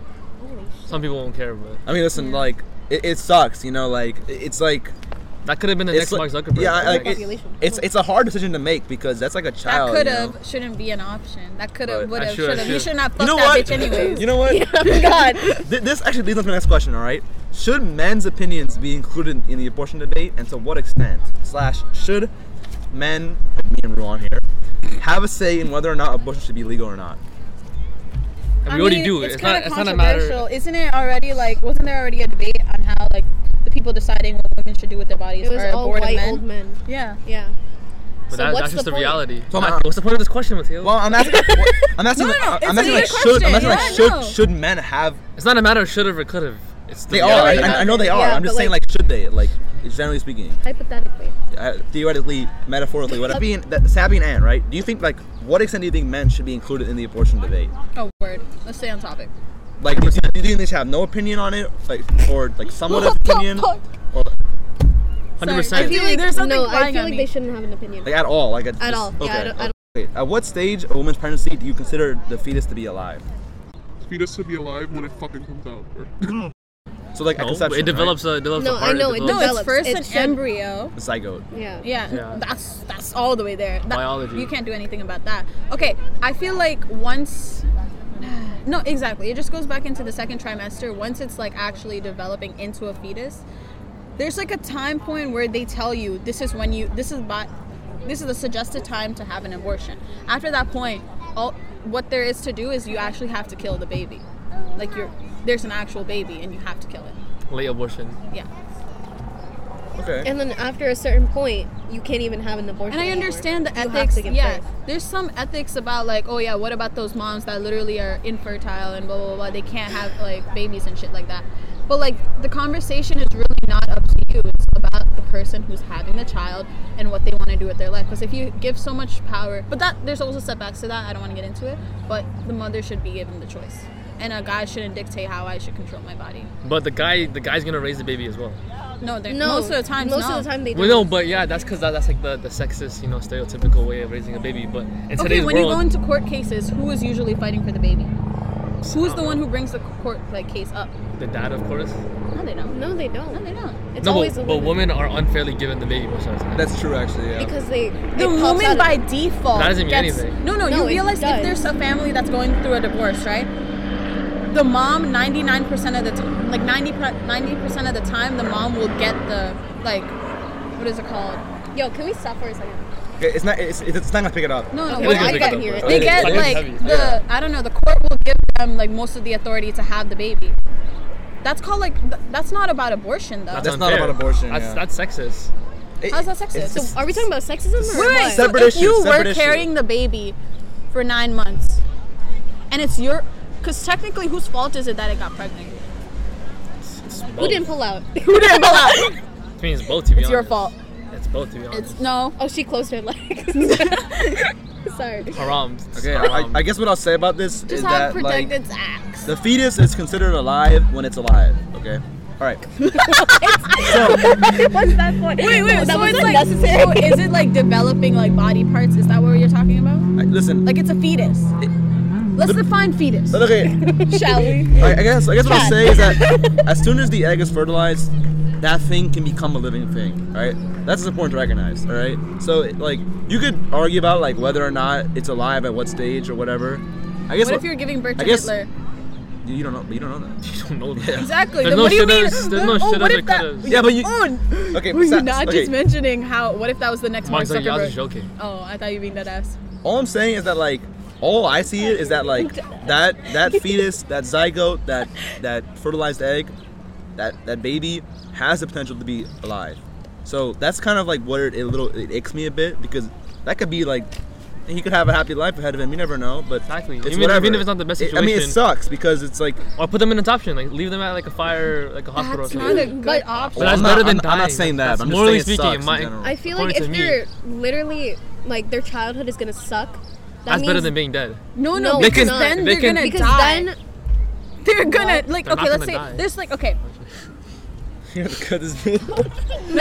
Speaker 2: won't. Some people won't care, but
Speaker 1: I mean, listen, like it, it sucks. You know, like it- it's like
Speaker 2: that could have been the
Speaker 1: it's
Speaker 2: next Mark
Speaker 1: like-
Speaker 2: Zuckerberg.
Speaker 1: Yeah, I- like, it-
Speaker 4: Population.
Speaker 1: it's it's a hard decision to make because that's like a
Speaker 3: That
Speaker 1: child.
Speaker 3: could
Speaker 1: you know?
Speaker 3: have, shouldn't be an option. That could
Speaker 1: But-
Speaker 3: have, would
Speaker 2: I
Speaker 3: have,
Speaker 2: should, I
Speaker 3: should have. You
Speaker 2: should.
Speaker 3: should not fuck
Speaker 1: You know
Speaker 3: that
Speaker 1: what?
Speaker 3: bitch anyways. Oh
Speaker 1: You know what?
Speaker 4: God.
Speaker 1: Th- This actually leads on to the next question, all right? Should men's opinions be included in the abortion debate, and to what extent? Slash, should men, me and Ruan here, have a say in whether or not abortion should be legal or not?
Speaker 2: And we already do. It's,
Speaker 3: It's,
Speaker 2: not.
Speaker 3: kind
Speaker 2: It's
Speaker 3: of
Speaker 2: not a matter.
Speaker 3: controversial, isn't it? Already, like, wasn't there already a debate on how like the people deciding what women should do with their bodies
Speaker 4: It was
Speaker 3: are
Speaker 4: all
Speaker 3: aborted
Speaker 4: white
Speaker 3: men?
Speaker 4: old men.
Speaker 3: Yeah.
Speaker 4: Yeah.
Speaker 2: But that, that's just the,
Speaker 4: point?
Speaker 2: reality.
Speaker 1: So I'm
Speaker 2: Matt,
Speaker 1: out.
Speaker 2: what's the point of this question, Mateo?
Speaker 1: Well, I'm asking. I'm asking.
Speaker 3: No, no, no,
Speaker 1: I'm
Speaker 3: it's a
Speaker 1: asking
Speaker 3: good
Speaker 1: like should. I'm
Speaker 3: question.
Speaker 1: asking like
Speaker 3: Yeah,
Speaker 1: should.
Speaker 3: no.
Speaker 1: Should men have?
Speaker 2: it's not a matter of should have or could have. It's the
Speaker 1: They are.
Speaker 2: reality.
Speaker 1: I, I know they are.
Speaker 4: Yeah,
Speaker 1: I'm just
Speaker 4: but,
Speaker 1: saying
Speaker 4: like-
Speaker 1: like should they? Like generally speaking.
Speaker 4: Hypothetically.
Speaker 1: uh, theoretically, metaphorically, whatever. Being that Sabi and Ant, right? Do you think like what extent do you think men should be included in the abortion debate?
Speaker 3: Oh word. Let's stay on topic.
Speaker 1: Like, do you, do you think they should have no opinion on it, like or like somewhat of opinion, or
Speaker 2: Hundred
Speaker 3: Sorry, I
Speaker 2: percent.
Speaker 3: feel like there's something
Speaker 4: no, I
Speaker 3: lying
Speaker 4: feel
Speaker 3: on
Speaker 4: like
Speaker 3: me.
Speaker 4: they shouldn't have an opinion.
Speaker 1: like at all? Like at,
Speaker 4: all. Yeah, I don't- I don't-
Speaker 1: okay. At what stage of a woman's pregnancy do you consider the fetus to be alive?
Speaker 5: fetus to be alive when it fucking comes out. bro.
Speaker 1: So like at
Speaker 2: No,
Speaker 1: conception,
Speaker 2: it develops. A, it develops
Speaker 4: No,
Speaker 2: a
Speaker 4: I
Speaker 2: heart.
Speaker 4: know, it
Speaker 2: it
Speaker 3: No,
Speaker 2: develops-
Speaker 4: develops.
Speaker 3: it's first
Speaker 4: It
Speaker 3: an
Speaker 4: should-
Speaker 3: embryo.
Speaker 1: right? the zygote.
Speaker 4: yeah.
Speaker 3: Yeah,
Speaker 2: Yeah.
Speaker 3: that's that's all the way there. That-
Speaker 2: Biology.
Speaker 3: You can't do anything about that. Okay, I feel like once. No, exactly. It just goes back into the second trimester. Once it's like actually developing into a fetus, there's like a time point where they tell you this is when you this is by, this is the suggested time to have an abortion. After that point, all what there is to do is you actually have to kill the baby. Like you're there's an actual baby and you have to kill it.
Speaker 2: late abortion.
Speaker 3: Yeah.
Speaker 1: Okay.
Speaker 4: And then after a certain point, you can't even have an abortion.
Speaker 3: And I
Speaker 4: anymore.
Speaker 3: understand the
Speaker 4: You have
Speaker 3: ethics.
Speaker 4: to give
Speaker 3: Yeah,
Speaker 4: birth.
Speaker 3: there's some ethics about like, oh yeah, what about those moms that literally are infertile and blah blah blah, blah? They can't have like babies and shit like that. But like the conversation is really not up to you. It's about the person who's having the child and what they want to do with their life. Because if you give so much power, but that there's also setbacks to that. I don't want to get into it. But the mother should be given the choice, and a guy shouldn't dictate how I should control my body.
Speaker 2: But the guy, the guy's gonna raise the baby as well.
Speaker 3: No, they're-
Speaker 4: No,
Speaker 3: most of the time,
Speaker 4: most
Speaker 3: no.
Speaker 4: of the time they
Speaker 2: Well,
Speaker 4: don't.
Speaker 2: no, but yeah, that's because that, that's like the, the sexist, you know, stereotypical way of raising a baby. But in
Speaker 3: Okay,
Speaker 2: today's
Speaker 3: when you go
Speaker 2: world,
Speaker 3: into court cases, who is usually fighting for the baby? Who's the one who brings the court like case up?
Speaker 2: the dad, of course.
Speaker 3: No, they don't.
Speaker 4: no, they
Speaker 3: No, they
Speaker 4: don't.
Speaker 3: don't.
Speaker 4: It's
Speaker 2: no,
Speaker 4: always
Speaker 2: but,
Speaker 4: a
Speaker 2: but
Speaker 4: woman.
Speaker 2: women are unfairly given the baby most of the time.
Speaker 1: That's true, actually. Yeah.
Speaker 4: because they
Speaker 3: The
Speaker 4: it pops
Speaker 3: woman
Speaker 4: out
Speaker 3: by default.
Speaker 2: That doesn't mean
Speaker 3: gets-
Speaker 2: anything.
Speaker 3: No, no,
Speaker 4: No,
Speaker 3: You
Speaker 4: it
Speaker 3: realize if
Speaker 4: does.
Speaker 3: there's a family that's going through a divorce, right? The mom, 99% of the time, like 90 percent of the time, the mom will get the like, what is it called?
Speaker 4: Yo, can we stop for a second?
Speaker 1: Okay, it's not. It's, it's not gonna pick it up.
Speaker 3: No, no.
Speaker 4: Okay,
Speaker 3: what-
Speaker 4: I
Speaker 2: It's
Speaker 4: gotta
Speaker 2: gonna
Speaker 4: hear
Speaker 2: pick
Speaker 4: it.
Speaker 2: up.
Speaker 3: Oh, They
Speaker 2: It's
Speaker 3: get
Speaker 2: fucking
Speaker 3: like
Speaker 2: heavy.
Speaker 3: the I don't know. The court will give them like most of the authority to have the baby. That's called like th- that's not about abortion though.
Speaker 1: That's not
Speaker 2: unfair.
Speaker 1: about abortion,
Speaker 2: That's,
Speaker 1: yeah.
Speaker 2: that's sexist.
Speaker 1: It-
Speaker 3: How's that sexist?
Speaker 1: it's-
Speaker 4: So are we talking about sexism or
Speaker 3: Wait, wait,
Speaker 4: what?
Speaker 3: so
Speaker 1: Separate
Speaker 3: if
Speaker 1: issue,
Speaker 3: you
Speaker 1: separate
Speaker 3: were
Speaker 1: issue.
Speaker 3: carrying the baby for nine months, and it's your, because technically, whose fault is it that it got pregnant?
Speaker 4: Who didn't pull out?
Speaker 3: Who didn't pull out?
Speaker 2: It means both. To be
Speaker 3: It's your
Speaker 2: honest.
Speaker 3: fault.
Speaker 2: It's both. To be honest.
Speaker 3: It's no.
Speaker 4: oh, she closed her legs. Sorry.
Speaker 2: haram. It's
Speaker 1: Okay, I,
Speaker 2: haram.
Speaker 1: I guess what I'll say about this is
Speaker 3: Just
Speaker 1: that
Speaker 3: have
Speaker 1: like
Speaker 3: protected acts.
Speaker 1: the fetus is considered alive when it's alive. Okay. All right. so
Speaker 4: What's that point?
Speaker 3: Wait, wait.
Speaker 4: No, that
Speaker 3: so
Speaker 4: was
Speaker 3: it's like,
Speaker 4: unnecessary.
Speaker 3: so is it like developing like body parts? Is that what you're talking about?
Speaker 1: I- listen.
Speaker 3: Like it's a fetus. Let's define fetus,
Speaker 1: but okay.
Speaker 3: shall we?
Speaker 1: eh. I, I guess I guess what I'll say is that as soon as the egg is fertilized, that thing can become a living thing, right? That's important to recognize, all right? So like you could argue about like whether or not it's alive at what stage or whatever. I guess
Speaker 3: What if you're giving birth
Speaker 1: I
Speaker 3: to
Speaker 1: guess-
Speaker 3: Hitler?
Speaker 1: you don't know you don't know that.
Speaker 2: You don't know that.
Speaker 3: Exactly.
Speaker 2: There's
Speaker 3: then
Speaker 2: no
Speaker 3: what do you
Speaker 2: should
Speaker 3: mean?
Speaker 2: have- there's no
Speaker 3: oh,
Speaker 2: should have
Speaker 3: what if
Speaker 2: or
Speaker 3: that?
Speaker 2: could have.
Speaker 1: Yeah, but you
Speaker 3: Oh,
Speaker 1: Okay,
Speaker 3: Were you
Speaker 1: besides-
Speaker 3: not
Speaker 1: okay.
Speaker 3: just mentioning how? What if that was the next
Speaker 2: Mark
Speaker 3: Mark
Speaker 2: Zuckerberg I was
Speaker 3: Zuckerberg?
Speaker 2: just joking.
Speaker 3: Oh, I thought you mean that ass.
Speaker 1: All I'm saying is that like all I see it is that like that that fetus, that zygote, that that fertilized egg, that that baby has the potential to be alive. So that's kind of like what it, it little it aches me a bit because that could be like he could have a happy life ahead of him. You never know, but
Speaker 2: Exactly.
Speaker 1: It's
Speaker 2: Even-
Speaker 1: whatever.
Speaker 2: even if it's not the best
Speaker 1: It- I mean, it
Speaker 2: situation.
Speaker 1: sucks because it's like
Speaker 2: Or put them in adoption. Like leave them at like a fire, like a hospital.
Speaker 3: That's
Speaker 2: or
Speaker 3: not
Speaker 2: something.
Speaker 3: a good
Speaker 4: But-
Speaker 3: option.
Speaker 2: But that's
Speaker 1: I'm not-
Speaker 2: better than
Speaker 1: I'm- I'm not
Speaker 2: dying.
Speaker 1: saying that,
Speaker 2: That's
Speaker 1: but I'm just saying
Speaker 2: morally
Speaker 1: it
Speaker 2: speaking,
Speaker 1: sucks in
Speaker 2: my-
Speaker 1: general.
Speaker 4: I feel
Speaker 2: According to
Speaker 4: like if
Speaker 2: me-
Speaker 4: they're literally like their childhood is gonna suck, That
Speaker 2: That's better
Speaker 4: means-
Speaker 2: than being dead.
Speaker 3: No,
Speaker 4: No,
Speaker 3: no,
Speaker 4: They
Speaker 3: because
Speaker 4: can-
Speaker 3: then
Speaker 2: they
Speaker 3: they're
Speaker 2: can-
Speaker 3: gonna
Speaker 4: because
Speaker 3: die.
Speaker 4: then
Speaker 3: they're gonna
Speaker 4: What?
Speaker 3: like
Speaker 2: They're not
Speaker 3: okay.
Speaker 2: gonna
Speaker 3: Let's say
Speaker 2: die.
Speaker 3: there's like okay.
Speaker 1: You have to cut this bit.
Speaker 4: no,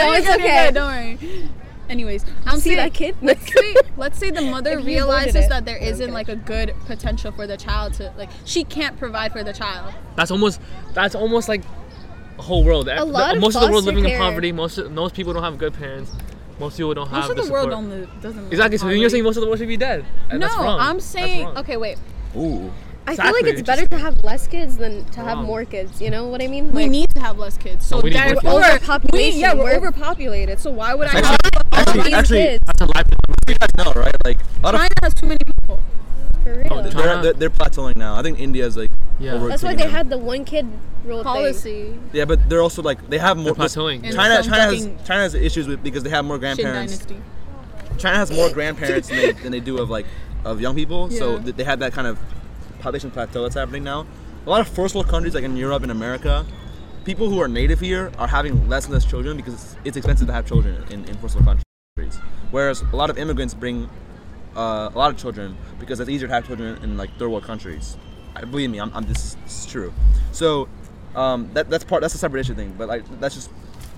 Speaker 3: You're
Speaker 4: it's
Speaker 3: gonna be
Speaker 4: okay.
Speaker 3: good, don't worry. Anyways, I'm
Speaker 4: See that kid?
Speaker 3: Let's say, let's say the mother
Speaker 4: If you
Speaker 3: realizes
Speaker 4: aborted it.
Speaker 3: that there
Speaker 4: Okay.
Speaker 3: isn't like a good potential for the child to like. She can't provide for the child.
Speaker 2: That's almost that's almost like a whole world. The-
Speaker 4: lot of
Speaker 2: most of the world
Speaker 4: foster
Speaker 2: living in
Speaker 4: care-
Speaker 2: poverty. Most of- most people don't have good parents. Most people don't
Speaker 3: Most
Speaker 2: have
Speaker 3: of
Speaker 2: the
Speaker 3: the world
Speaker 2: support.
Speaker 3: don't live, doesn't. live
Speaker 2: Exactly.
Speaker 3: in
Speaker 2: So you're
Speaker 3: poverty.
Speaker 2: saying most of the world should be dead. And
Speaker 3: No,
Speaker 2: that's wrong.
Speaker 3: I'm
Speaker 2: That's
Speaker 3: saying
Speaker 2: wrong.
Speaker 3: okay. Wait,
Speaker 1: Ooh.
Speaker 4: I feel like
Speaker 2: Exactly,
Speaker 4: it's better to have less kids than to have
Speaker 2: Wrong.
Speaker 4: more kids. You know what I mean?
Speaker 3: we
Speaker 4: Like,
Speaker 3: need to have less kids.
Speaker 1: Oh,
Speaker 3: So
Speaker 2: we need
Speaker 3: there-
Speaker 2: more
Speaker 4: we're
Speaker 2: kids.
Speaker 3: we're-
Speaker 4: overpopulation.
Speaker 3: We, yeah, we're,
Speaker 4: We're-
Speaker 3: overpopulated. So why would I?
Speaker 1: Actually-
Speaker 3: Have,
Speaker 4: all
Speaker 1: Actually,
Speaker 4: these
Speaker 1: actually,
Speaker 4: kids.
Speaker 2: That's a life.
Speaker 1: you guys know, right? Like a lot of
Speaker 3: China has too many people.
Speaker 4: For real.
Speaker 2: the-
Speaker 1: they're, they're they're plateauing now. I think India's like
Speaker 2: Uh-huh. Yeah.
Speaker 1: over-
Speaker 4: That's why they had the one kid rule thing.
Speaker 3: Policy.
Speaker 1: yeah, but they're also like they have more
Speaker 2: plateauing.
Speaker 1: China
Speaker 3: Some
Speaker 1: China has
Speaker 3: fucking-
Speaker 1: China has issues with because they have more
Speaker 3: Shin
Speaker 1: grandparents.
Speaker 3: dynasty.
Speaker 1: China has more grandparents than, they, than they do of like of young people, so
Speaker 3: Yeah.
Speaker 1: th- they have that kind of population plateau that's happening now. A lot of first world countries like in Europe and America, people who are native here are having less and less children because it's, it's expensive to have children in, in first world countries. Whereas a lot of immigrants bring uh, a lot of children because it's easier to have children in like third world countries. I, believe me, I'm, I'm this is true. So um, that, that's part that's a separate issue thing, but like that's just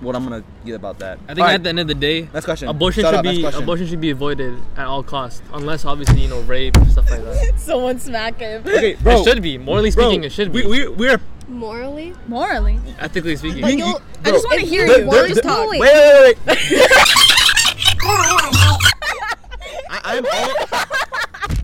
Speaker 1: what I'm gonna get about that.
Speaker 2: I think at the end of the day,
Speaker 1: Next question.
Speaker 2: abortion
Speaker 1: Shut
Speaker 2: should
Speaker 1: up, next
Speaker 2: be
Speaker 1: question.
Speaker 2: abortion should be avoided at all costs, unless obviously you know rape stuff like that.
Speaker 3: Someone smack him.
Speaker 1: okay, bro,
Speaker 2: it should be morally
Speaker 1: bro,
Speaker 2: speaking. it should be
Speaker 1: We, we, we are
Speaker 4: Morally,
Speaker 3: Morally.
Speaker 2: ethically speaking.
Speaker 4: But
Speaker 1: You-
Speaker 4: you'll-
Speaker 1: you-
Speaker 3: I just
Speaker 1: bro,
Speaker 3: want to hear
Speaker 1: there- there-
Speaker 3: you.
Speaker 4: We'll just
Speaker 1: there-
Speaker 4: talk.
Speaker 1: Wait, wait, wait, wait. I, I'm all.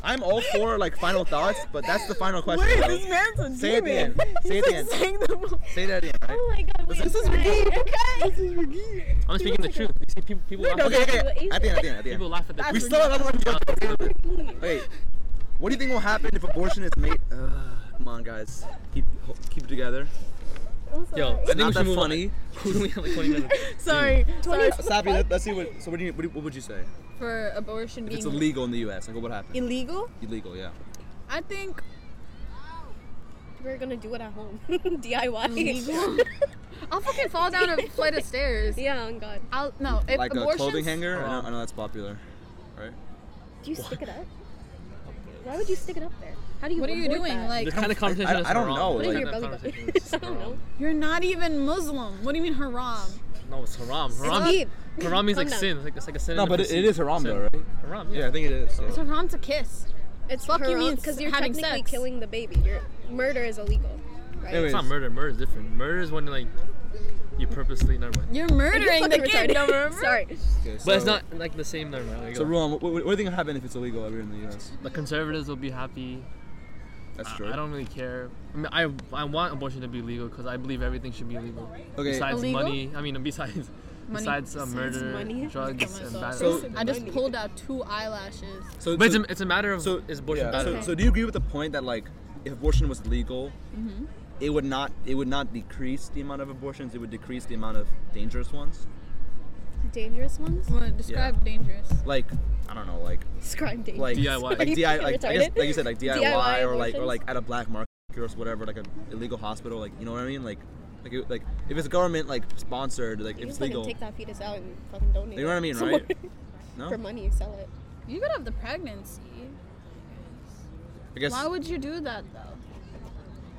Speaker 1: I'm all for like final thoughts, but that's the final question. bro.
Speaker 3: man's a
Speaker 1: Say it at the end. Say it at the end. Say that again. Right?
Speaker 4: Oh my god, wait,
Speaker 1: This is
Speaker 4: guys.
Speaker 2: I'm speaking the truth. You see, people people laugh.
Speaker 1: Okay,
Speaker 2: At,
Speaker 1: okay. At the end, at the end, at the
Speaker 2: people
Speaker 1: end.
Speaker 2: laugh at the
Speaker 1: We
Speaker 2: truth.
Speaker 1: still have another one. Wait. What do you think will happen if abortion is made? Uh, come on, guys. Keep keep it together.
Speaker 2: Yo, I think
Speaker 1: Not that
Speaker 2: we should move
Speaker 1: funny.
Speaker 2: on. we have like 20 minutes.
Speaker 3: Sorry. Sorry.
Speaker 1: Sappy, let, let's see what. So what do you what, do you- what would you say?
Speaker 3: For abortion
Speaker 1: If
Speaker 3: being
Speaker 1: it's illegal in the U.S., like what would happen?
Speaker 4: illegal?
Speaker 1: Illegal, yeah.
Speaker 3: I think
Speaker 4: We're gonna do it at home. DIY.
Speaker 3: Illegal? I'll fucking fall down a flight of stairs.
Speaker 4: yeah, on God.
Speaker 3: I'll no. If
Speaker 1: like a
Speaker 3: abortions,
Speaker 1: clothing hanger. I know,
Speaker 2: Oh.
Speaker 1: I know that's popular, right?
Speaker 4: Do you stick it up? Why would you stick it up there? How do you?
Speaker 3: What are you
Speaker 4: avoid
Speaker 3: doing?
Speaker 4: that?
Speaker 3: Like
Speaker 2: The kind of conversation
Speaker 1: I- I
Speaker 2: is
Speaker 1: don't
Speaker 2: haram.
Speaker 1: know,
Speaker 2: The
Speaker 1: like-
Speaker 2: kind of
Speaker 4: Your belly button.
Speaker 2: conversation is
Speaker 4: I don't
Speaker 2: haram.
Speaker 3: you're not even Muslim. What do you mean haram?
Speaker 2: No, it's haram. Haram,
Speaker 4: deep.
Speaker 2: haram means
Speaker 4: Calm
Speaker 2: like
Speaker 4: down.
Speaker 2: sin. It's like, it's like a sin.
Speaker 1: No,
Speaker 2: and a
Speaker 1: but it, it
Speaker 2: sin.
Speaker 1: is haram
Speaker 2: Sin.
Speaker 1: though, right?
Speaker 2: Haram, yeah.
Speaker 1: Yeah, I think it is.
Speaker 3: It's haram to kiss.
Speaker 4: it's
Speaker 3: fuck you means
Speaker 4: because you're
Speaker 3: having
Speaker 4: technically
Speaker 3: sex.
Speaker 4: killing the baby. Your murder is illegal. Right?
Speaker 1: Anyway.
Speaker 2: It's not murder. Murder is different. Murder is when like you purposely never mind.
Speaker 3: You're
Speaker 4: Are you
Speaker 3: murdering the
Speaker 4: fucking
Speaker 3: kid.
Speaker 4: retarded?
Speaker 3: no, remember?
Speaker 4: Sorry.
Speaker 1: Okay, so,
Speaker 2: But it's not like the same never mind. Like,
Speaker 1: So, Ruan, what, what, what do you think will happen if it's illegal over here in the U.S.?
Speaker 2: The conservatives will be happy.
Speaker 1: That's
Speaker 2: I don't really care. I mean, I, I want abortion to be legal because I believe everything should be legal.
Speaker 1: Okay.
Speaker 2: Besides
Speaker 3: Illegal?
Speaker 2: money, I mean, besides
Speaker 3: Money.
Speaker 2: besides uh, murder,
Speaker 4: money?
Speaker 2: drugs, and bad.
Speaker 1: So-
Speaker 3: I just pulled out two eyelashes.
Speaker 1: So,
Speaker 2: but it's
Speaker 1: so,
Speaker 2: a, it's a matter of
Speaker 1: so-
Speaker 2: is abortion
Speaker 1: yeah,
Speaker 2: bad? or
Speaker 1: so,
Speaker 2: not?
Speaker 1: so do you agree with the point that like if abortion was legal,
Speaker 2: Mm-hmm.
Speaker 1: it would not it would not decrease the amount of abortions. It would decrease the amount of dangerous ones.
Speaker 4: Dangerous ones.
Speaker 3: Well, describe dangerous.
Speaker 1: Like I don't know, like
Speaker 4: Describe dangerous.
Speaker 1: like
Speaker 2: DIY.
Speaker 1: like,
Speaker 4: Are you
Speaker 1: DI,
Speaker 4: fucking
Speaker 1: like, I guess,
Speaker 4: retarded?
Speaker 1: like you said, like DIY,
Speaker 4: DIY
Speaker 1: or like or
Speaker 4: abortions?
Speaker 1: like at a black market or whatever, like an illegal hospital, like you know what I mean, like like it, like if it's government like sponsored, like if
Speaker 4: you can
Speaker 1: it's
Speaker 4: fucking
Speaker 1: legal,
Speaker 4: take that fetus out and fucking donate.
Speaker 1: you know what I
Speaker 4: it
Speaker 1: mean,
Speaker 4: somewhere.
Speaker 1: right? No,
Speaker 4: For money, you sell it.
Speaker 3: You could have the pregnancy.
Speaker 1: I guess.
Speaker 3: Why would you do that though?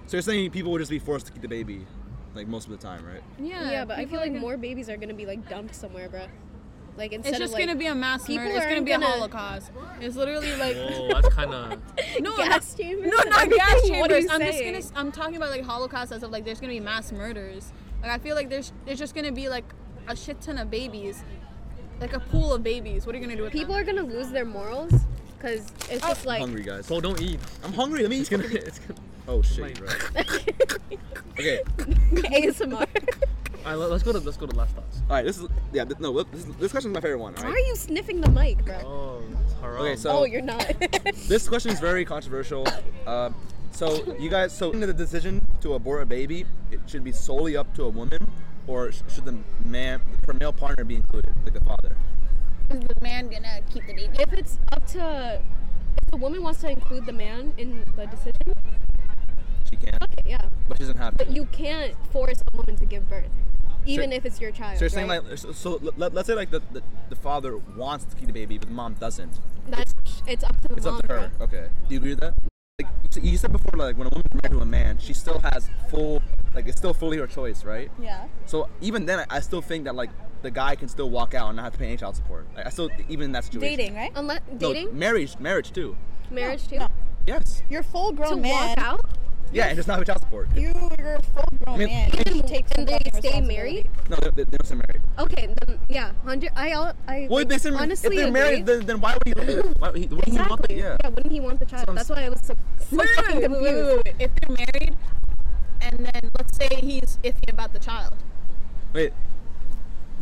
Speaker 1: so you're saying people would just be forced to keep the baby, like most of the time, right?
Speaker 3: Yeah.
Speaker 4: Yeah, but I
Speaker 3: people
Speaker 4: feel
Speaker 3: are
Speaker 4: like
Speaker 3: gonna-
Speaker 4: more babies are gonna be like dumped somewhere, bruh. Like instead
Speaker 3: It's
Speaker 4: of
Speaker 3: just
Speaker 4: like,
Speaker 3: gonna be a mass
Speaker 4: people
Speaker 3: murder. It's gonna
Speaker 4: aren't
Speaker 3: be a
Speaker 4: gonna-
Speaker 3: holocaust. It's literally like
Speaker 2: Whoa, Oh, that's kind of.
Speaker 3: no
Speaker 4: gas
Speaker 3: no,
Speaker 4: chambers.
Speaker 3: no,
Speaker 4: and
Speaker 3: not gas
Speaker 4: everything. What are
Speaker 3: chambers.
Speaker 4: you
Speaker 3: I'm just
Speaker 4: saying?
Speaker 3: gonna. s- I'm talking about like holocaust as of like there's gonna be mass murders. Like I feel like there's there's just gonna be like a shit ton of babies, like a pool of babies. What are you gonna do with
Speaker 4: People
Speaker 3: them?
Speaker 4: are gonna lose their morals because it's just
Speaker 3: Oh.
Speaker 4: like
Speaker 1: hungry guys.
Speaker 2: So don't eat.
Speaker 1: I'm hungry. Let me.
Speaker 2: It's gonna. It's gonna.
Speaker 1: oh shit.
Speaker 2: Mine.
Speaker 1: Right. Okay.
Speaker 4: ASMR.
Speaker 2: All right, let- let's go to let's go to last thoughts.
Speaker 1: All right. This is yeah. Th- no. This, this question is my favorite one. All
Speaker 4: Why are
Speaker 1: right.
Speaker 4: you sniffing the mic, bro?
Speaker 2: Oh, it's haram.
Speaker 1: Okay. So
Speaker 4: Oh, you're not.
Speaker 1: this question is very controversial. Uh, so you guys, so the decision to abort a baby, it should be solely up to a woman, or sh- should the man, her male partner, be included, like the father?
Speaker 3: Is the man gonna keep the baby?
Speaker 4: if it's up to, if the woman wants to include the man in the decision,
Speaker 1: She can,
Speaker 4: yeah,
Speaker 1: but she doesn't have to.
Speaker 4: but you can't force a woman to give birth, even if it's your child.
Speaker 1: So you're saying
Speaker 4: right?
Speaker 1: like, so, so let, let's say like the, the, the father wants to keep the baby, but the mom doesn't.
Speaker 4: that's It's up to the
Speaker 1: It's
Speaker 4: mom.
Speaker 1: up to her. Okay. Do you agree with that? Like you said- you said before, like when a woman's married to a man, she still has full, like it's still fully her choice, right?
Speaker 3: Yeah.
Speaker 1: So even then, I- I still think that like the guy can still walk out and not have to pay any child support. Like, I still even in that situation.
Speaker 3: Dating, right?
Speaker 4: Unless
Speaker 1: No,
Speaker 4: dating,
Speaker 1: marriage, marriage too.
Speaker 4: marriage too.
Speaker 3: no.
Speaker 1: Yes.
Speaker 3: You're a full grown
Speaker 4: To
Speaker 3: man.
Speaker 4: walk out
Speaker 1: Yeah, and just not have child support.
Speaker 3: You, you're a full grown
Speaker 1: mean,
Speaker 3: man. You
Speaker 4: and,
Speaker 3: take some
Speaker 4: and they
Speaker 3: fucking
Speaker 4: stay
Speaker 3: responsibility.
Speaker 4: married.
Speaker 1: No, they, they, they don't stay married.
Speaker 4: Okay, then yeah, hundred. I al- I
Speaker 1: Well, if they say,
Speaker 4: honestly
Speaker 1: if they're
Speaker 4: agree.
Speaker 1: married, then, then why would he? Why, would he wouldn't he want that?
Speaker 4: exactly.
Speaker 1: Yeah.
Speaker 4: wouldn't he want the child?
Speaker 1: So I'm
Speaker 4: That's why I was so, so
Speaker 3: Wait,
Speaker 4: fucking
Speaker 3: wait, wait, wait,
Speaker 4: confused.
Speaker 3: wait, wait, wait. If they're married, and then let's say he's iffy about the child.
Speaker 1: Wait.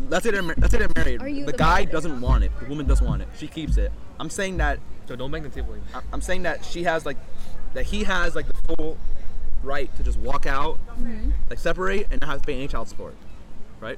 Speaker 1: Let's say they're mar- let's say they're married.
Speaker 4: Are you
Speaker 1: the
Speaker 4: the
Speaker 1: guy
Speaker 4: mother?
Speaker 1: doesn't want it. The woman does want it. She keeps it. I'm saying that
Speaker 2: So don't bang the table. Amy.
Speaker 1: I- I'm saying that she has like that he has like the full right to just walk out, like separate, and not have to pay any child support, right?